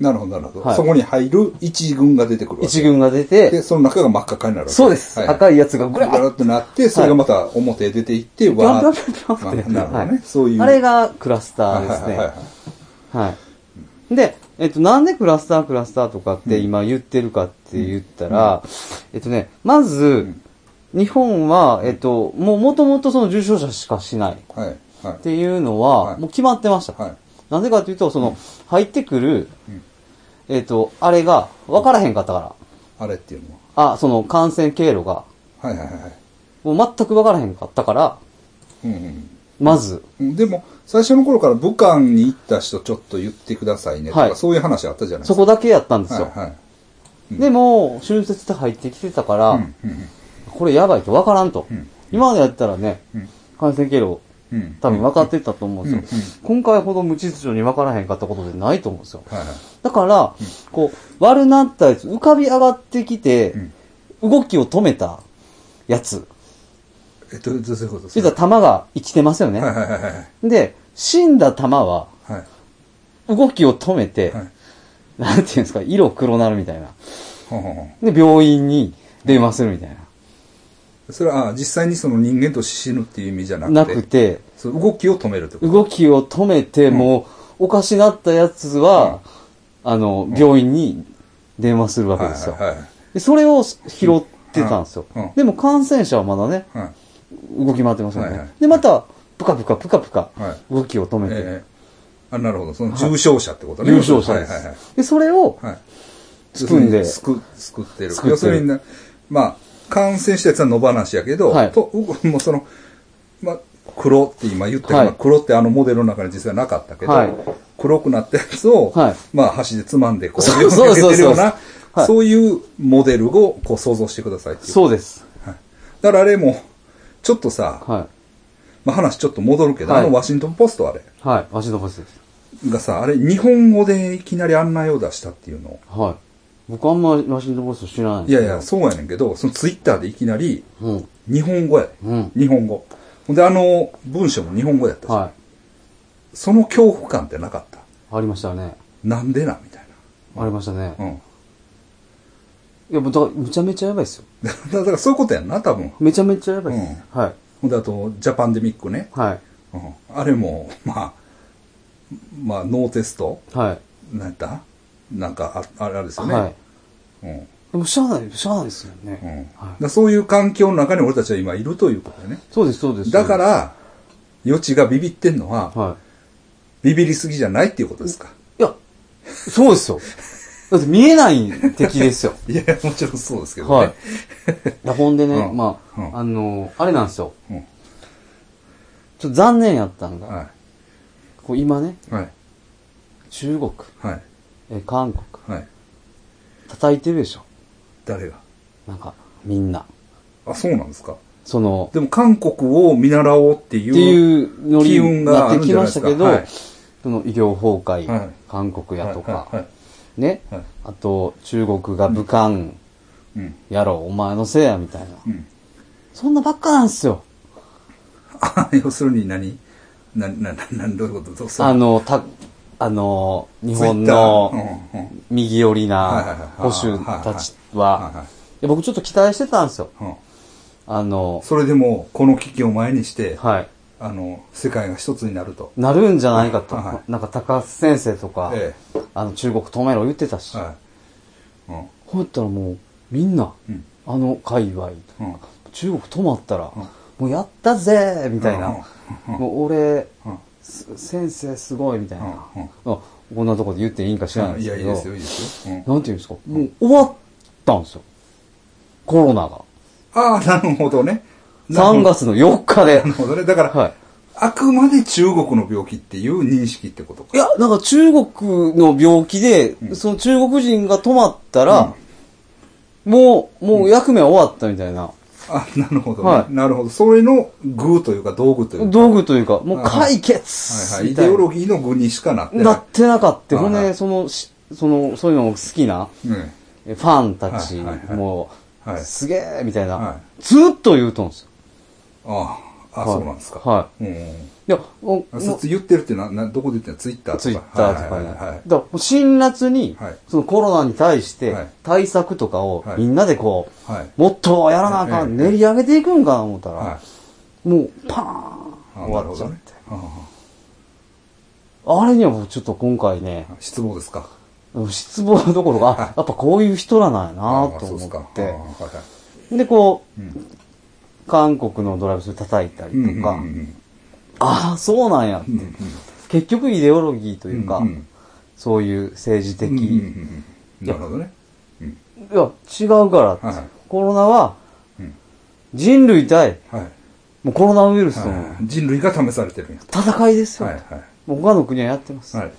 S1: なるほど、なるほど。
S2: はい
S1: そこに入る一軍が出てくるわけ。
S2: 一軍が出て、
S1: で、その中が真っ赤っかになるわけ。
S2: そうです。
S1: はい、
S2: 赤いやつがぐ
S1: ぐ
S2: ら
S1: ら
S2: ー
S1: ー
S2: っ
S1: っとなって、それがまた表へ出ていって、
S2: と、ガン
S1: わ
S2: ガ
S1: ー
S2: ン
S1: っ
S2: ガンガンって。
S1: まあなるほどね。
S2: はい
S1: そういう。
S2: あれがクラスターです
S1: はいはいはい
S2: ね。はい。で、えっと、なんでクラスタークラスターとかって今言ってるかって言ったら、えっとね、まず、日本は、えっと、もうもともとその重症者しかしないっ
S1: はい。はい。はい。
S2: ていうの
S1: は
S2: は、
S1: い
S2: もう決まってました。
S1: はい
S2: なぜかというと、その、入ってくる、
S1: うん
S2: えっ、と、あれが分からへんかったから。
S1: あれっていうの
S2: あ、その感染経路が、
S1: は。はいはいはい。
S2: もう全く分からへんかったから、
S1: うんうん
S2: まず、
S1: うん。でも、最初の頃から武漢に行った人ちょっと言ってくださいねとか、
S2: はい
S1: そういう話あったじゃないで
S2: そ
S1: すか。
S2: こだけやったんですよ。
S1: はいはい。
S2: でも、春節で入ってきてたから、
S1: うんうん
S2: これやばいと分からんと。
S1: うん
S2: 今までやったらね、
S1: うん
S2: 感染経路、
S1: うん。うん。
S2: 多分分かってたと思うんですよ。今回ほど無秩序に分からへんかったことでないと思うんですよ。
S1: はいはい。
S2: だから、こう、悪なったやつ、浮かび上がってきて、動きを止めたやつ。
S1: えっと、どういうことです
S2: 実は弾が生きてますよね。
S1: はいはいはいはい。
S2: で、死んだ弾は、
S1: はい。
S2: 動きを止めて、
S1: はい。
S2: なんていうんですか、色黒なるみたいな。
S1: ほんほんほん
S2: で、病院に電話するみたい
S1: それは、あ実際にその人間として死ぬっていう意味じゃな
S2: な。
S1: く
S2: な
S1: て、
S2: くて、
S1: その動きを止めるってこと
S2: 動きを止めて、もう、おかしなったやつは、あの、病院に電話するわけですよ。
S1: はいはいはい
S2: でそれを拾ってたんですよ
S1: うんうん。
S2: でも感染者はまだね、
S1: はい。
S2: 動き回ってますよね。
S1: はいはい
S2: で、また、ぷかぷかぷかぷか
S1: は、い
S2: 動きを止めて、
S1: ええあ、なるほど。その重症者ってことね。
S2: 優勝者です、
S1: はいはいはい。
S2: で、それを、
S1: はい。
S2: スプーンで
S1: 要するにすく、すくってる。
S2: すくってる
S1: 要するにな、まあ、感染したやつは野放しやけど、
S2: はい
S1: と、もうそ の、まあ、黒って今言ったけど、
S2: はい
S1: まあ黒ってあのモデルの中に実際なかったけど、
S2: はい
S1: 黒くなったやつを、
S2: はい
S1: まあ箸でつまんでこう、
S2: そうそうそうそ
S1: 避
S2: う
S1: けてるような、
S2: はい
S1: そういうモデルをこう想像してくださいっていう。
S2: そうです。
S1: だからあれも、ちょっとさ、
S2: は
S1: まあ話ちょっと戻るけど、
S2: はい
S1: あのワシントンポストあれ
S2: い。はい。ワシントンポストです。
S1: がさ、あれ日本語でいきなり案内を出したっていうの
S2: はい。僕あんまワシントンポスト知らないん
S1: い
S2: です
S1: や
S2: け
S1: い
S2: ど
S1: や、、そうやねんけど、そのツイッターでいきなり、
S2: うん。
S1: 日本語やで、
S2: うん
S1: 日本語ほんであの文章も日本語やったし、
S2: は
S1: その恐怖感ってなかった
S2: い。ありましたね。
S1: なんでなんみたい
S2: ありましたね。
S1: な、うん、
S2: いや、もうだから、むちゃめちゃやばいですよ。
S1: だだからそういうことやんな多分
S2: めちゃめちゃやばいです。はい。
S1: ほんであとジャパンデミックね、
S2: はい。
S1: うん、あれもまあまあノーテスト
S2: はい。
S1: なんやったなんかああれあれですよね、
S2: はい。
S1: うん
S2: でも、しゃあない、しゃあないですよ
S1: う
S2: ね。
S1: んだ
S2: は
S1: からそういう環境の中に俺たちは今いるということでね
S2: そうです、そうです。
S1: だから余地がビビってんのは、
S2: は
S1: ビビりすぎじゃないっていうことですか
S2: い。いや、そうですよ。 だって見えない敵ですよ。
S1: いやいやもちろん そうですけどね、
S2: はい。いや、ほんでね、
S1: うん
S2: まあ、
S1: うん
S2: あのあれなんですよ。
S1: うん
S2: ちょっと残念やったんが、
S1: は
S2: こう今ね、
S1: い。はい。
S2: 中国、
S1: はい。
S2: えー韓国、
S1: はい。
S2: 叩いてるでしょ。
S1: 誰が
S2: なんか、みんな。
S1: あ、そうなんですか
S2: その、
S1: でも韓国を見習おうっていう。
S2: っていうノリ
S1: 機運
S2: に
S1: が
S2: な
S1: あ
S2: っ
S1: る
S2: て
S1: んじ
S2: き
S1: ゃない
S2: ま
S1: で
S2: し
S1: す
S2: た
S1: か
S2: けど、
S1: はい
S2: その医療崩壊、
S1: はい
S2: 韓国やとか、
S1: はいはいはい
S2: ね、
S1: はい
S2: あと中国が武漢、
S1: うん。
S2: やろう、お前のせいや、みたいな。
S1: うん。
S2: そんなばっかなんですよ。
S1: あ、要するに何な、な、な、な、どういうことどうする
S2: あの、た、あの、日
S1: ツイ
S2: 本
S1: ッター
S2: の
S1: うんうん
S2: 右寄
S1: は
S2: り
S1: いはいは
S2: ない保守たち
S1: はいはい
S2: は、いや僕ちょっと期待してたんですよ。
S1: うん。
S2: あの、
S1: それでも、この危機を前にして、
S2: はい。
S1: あの、世界が一つになると。
S2: なるんじゃないかと。
S1: は
S2: なんか高須先生とか、
S1: え
S2: あの中国止めろ言ってたし。
S1: え。はい。うん。
S2: ほったらもう、みんな、
S1: うん
S2: あの界隈、
S1: うん。
S2: 中国止まったら、もうやったぜみたいな。
S1: うん
S2: もう俺、
S1: うん
S2: す先生すごいみたいな、
S1: うんうん
S2: あこんなとこで言っていいんか知らない
S1: い
S2: です
S1: や、
S2: け
S1: いい
S2: ど、
S1: ですよ、いいですよ。うん。
S2: なんていうんですか、もう終わったんですよ。コロナが。
S1: ああ、なるほどね。なる
S2: 3
S1: ほど
S2: 月の4日で
S1: なる。ほどね。だから、
S2: はい
S1: あくまで中国の病気っていう認識ってことか。
S2: いや、なんか中国の病気で、その中国人が止まったら、もう、もう役目は終わったみたいな。
S1: あ、なるほど、ね
S2: はい
S1: なるほど。それの具というか道具というか。
S2: 道具というか、もう
S1: あはい
S2: 解決
S1: はいはい。イ
S2: みた
S1: デ
S2: いな
S1: オロギーの具にしかなってない。
S2: なってなかった。
S1: あ
S2: ほん
S1: は
S2: で、
S1: い
S2: その、しその、そういうの好きな
S1: うん。
S2: えファンたち
S1: はいはいはい
S2: も、
S1: はい
S2: すげえみたい
S1: は
S2: な、ずーっと言うとんですよ。
S1: ああ、あ、
S2: はい
S1: そうなんですか。。
S2: はい
S1: うん。
S2: いや、もう
S1: あそっち言ってるってな、などこで言ってるのツイッターとか。
S2: ツイッターとか
S1: はい
S2: ね。
S1: はい
S2: だか
S1: はい
S2: ら、もう辛辣に
S1: はい、
S2: そのコロナに対して
S1: はい
S2: 対策とかを
S1: はい
S2: みんなでこう、
S1: はい。
S2: もっとやらなあかん、
S1: ええ
S2: 練り上げていくんかな思った
S1: は
S2: ら
S1: い、。
S2: もうパー
S1: あ
S2: ン終わっちゃっ
S1: なる
S2: て。
S1: ほどね
S2: あれには僕ちょっと今回ね
S1: あ、あ失望ですか。
S2: 失望どころか、あやっぱこういう人らなんやな
S1: そ
S2: と
S1: う
S2: 思
S1: すか
S2: っ
S1: ああ
S2: て。
S1: はいはい
S2: で、こう、韓国のドライブスルー叩いたりとか、
S1: うんうんうん
S2: ああ、そうなんやって。
S1: うんうん
S2: 結局イデオロギーというか、
S1: うんうん
S2: そういう政治的、
S1: うんうん
S2: い
S1: うんなるほどね。うん。
S2: や違うからって、
S1: はい
S2: コロナは
S1: うん。
S2: 人類対
S1: はい。
S2: もうコロナウイルスの
S1: はい人類が試されてるんや。
S2: 戦いですよ、
S1: はい。は
S2: もう他の国はやってます、
S1: い。はい。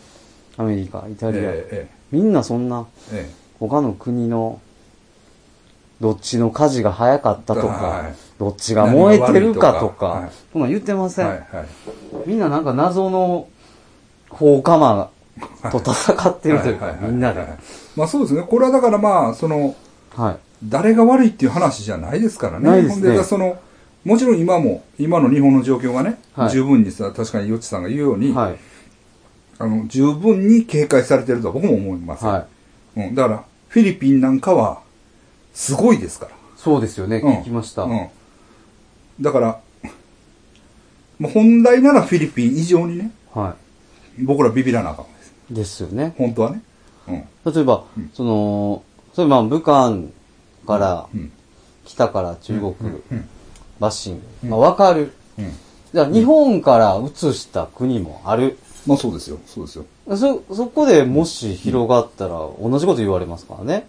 S2: アメリカイ
S1: え
S2: タリア、
S1: ええ
S2: みんなそんな
S1: ええ
S2: 他の国のどっちの火事が早かったとか、
S1: はい
S2: どっちが燃えて
S1: 何が悪い
S2: るかと
S1: とかは
S2: か
S1: い、
S2: そんなん言ってま
S1: え
S2: せん、
S1: はい。はい。
S2: みんななんか謎の放火魔と戦ってるという
S1: は
S2: か
S1: は、は
S2: みんなで。
S1: は
S2: はい
S1: まあそうですね。これはだからまあ、その、
S2: い。
S1: 誰が悪いっていう話じゃないですからね。
S2: ないです
S1: ほ
S2: ね
S1: んだからその、もちろん今も、今の日本の状況がね、
S2: はい
S1: 十分にさ、確かによっちさんが言うように、
S2: はい。
S1: あの、十分に警戒されてるとは僕も思います。
S2: はい。
S1: うん、だから、フィリピンなんかは、すごいですから。
S2: そうですよね。
S1: うん
S2: 聞きました。
S1: うん。だから、まあ、本来ならフィリピン以上にね、
S2: は
S1: 僕らビビらなあかんです。
S2: い。ですよね。
S1: 本当はね。うん。
S2: 例えば
S1: うん、
S2: その、例えば武漢から
S1: うん。
S2: 来たから中国
S1: うん。
S2: バッシング。まあわかる。
S1: うん。
S2: じゃあ日本から移した国もある。
S1: まあそうですよ。そうですよ。
S2: そ、そこでもし広がったら同じこと言われますからね。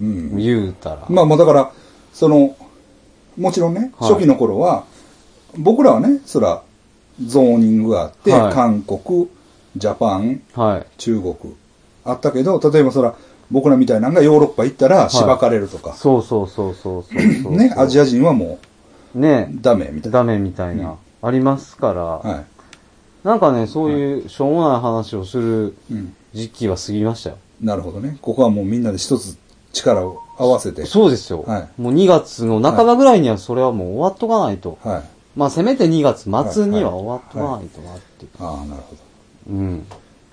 S1: うん。
S2: 言うたら。
S1: まあまあだから、その、もちろんね、
S2: はい
S1: 初期の頃は、僕らはね、そら、ゾーニングがあって、
S2: はい
S1: 韓国、ジャパン、
S2: はい。
S1: 中国、あったけど、例えばそら、僕らみたいなのがヨーロッパ行ったら、しばかれるとか、
S2: そうそうそうそうそうそうそう。
S1: ね、アジア人はも
S2: ね
S1: う、ダメみたいな。
S2: ダメみたいな、ありますから、
S1: は
S2: なんかね、そういうしょうもない話をする
S1: い。うん。
S2: 時期は過ぎましたよ。
S1: なるほどね。ここはもうみんなで一つ力を合わせて、
S2: そうですよ、
S1: は
S2: もう2月の半ばぐらいにはそれはもう終わっとかないと。
S1: はい。
S2: まあせめて2月末には終わっとかないとなっていう。
S1: ああ、なるほ
S2: うん。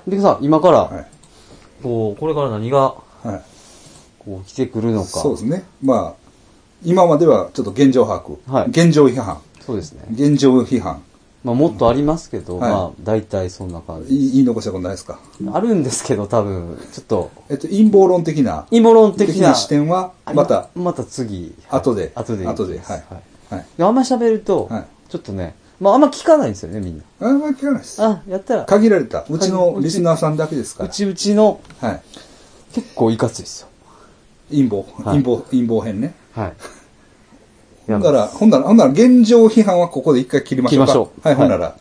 S2: でさ、今か
S1: ど。は
S2: ら、
S1: い。
S2: こう、これから何が、
S1: はい。
S2: こう、来てくるのか。
S1: そうですね。まあ、今まではちょっと現状把握。
S2: はい
S1: 現状批判。
S2: そうですね。
S1: 現状批判。
S2: まあもっとありますけど、
S1: はい
S2: まあ大体そんな感
S1: い
S2: じ。
S1: 言い残したことないですか
S2: あるんですけど、多分、ちょっと、
S1: えっと、陰謀論的な、
S2: 陰謀論的な。
S1: 視点は、
S2: あり
S1: また、
S2: また次。はい
S1: 後で。
S2: 後で。
S1: 後で。はい。はい。
S2: であんま喋ると、
S1: はい
S2: ちょっとね、まああんま聞かないんですよね、みんな。
S1: あんまあ聞かないです。
S2: あ、やったら、
S1: 限られた、うちのリスナーさんだけですか
S2: う
S1: ら。
S2: ちうちの、
S1: はい。
S2: 結構いかついですよ。
S1: 陰謀、
S2: は
S1: 陰
S2: い
S1: 謀、陰謀編ね。
S2: はい。
S1: ほんなら、ほんなら、ほんなら、現状批判はここで一回切りましょうか。
S2: 切りましょう
S1: はい、
S2: は
S1: ほ
S2: い
S1: んなら、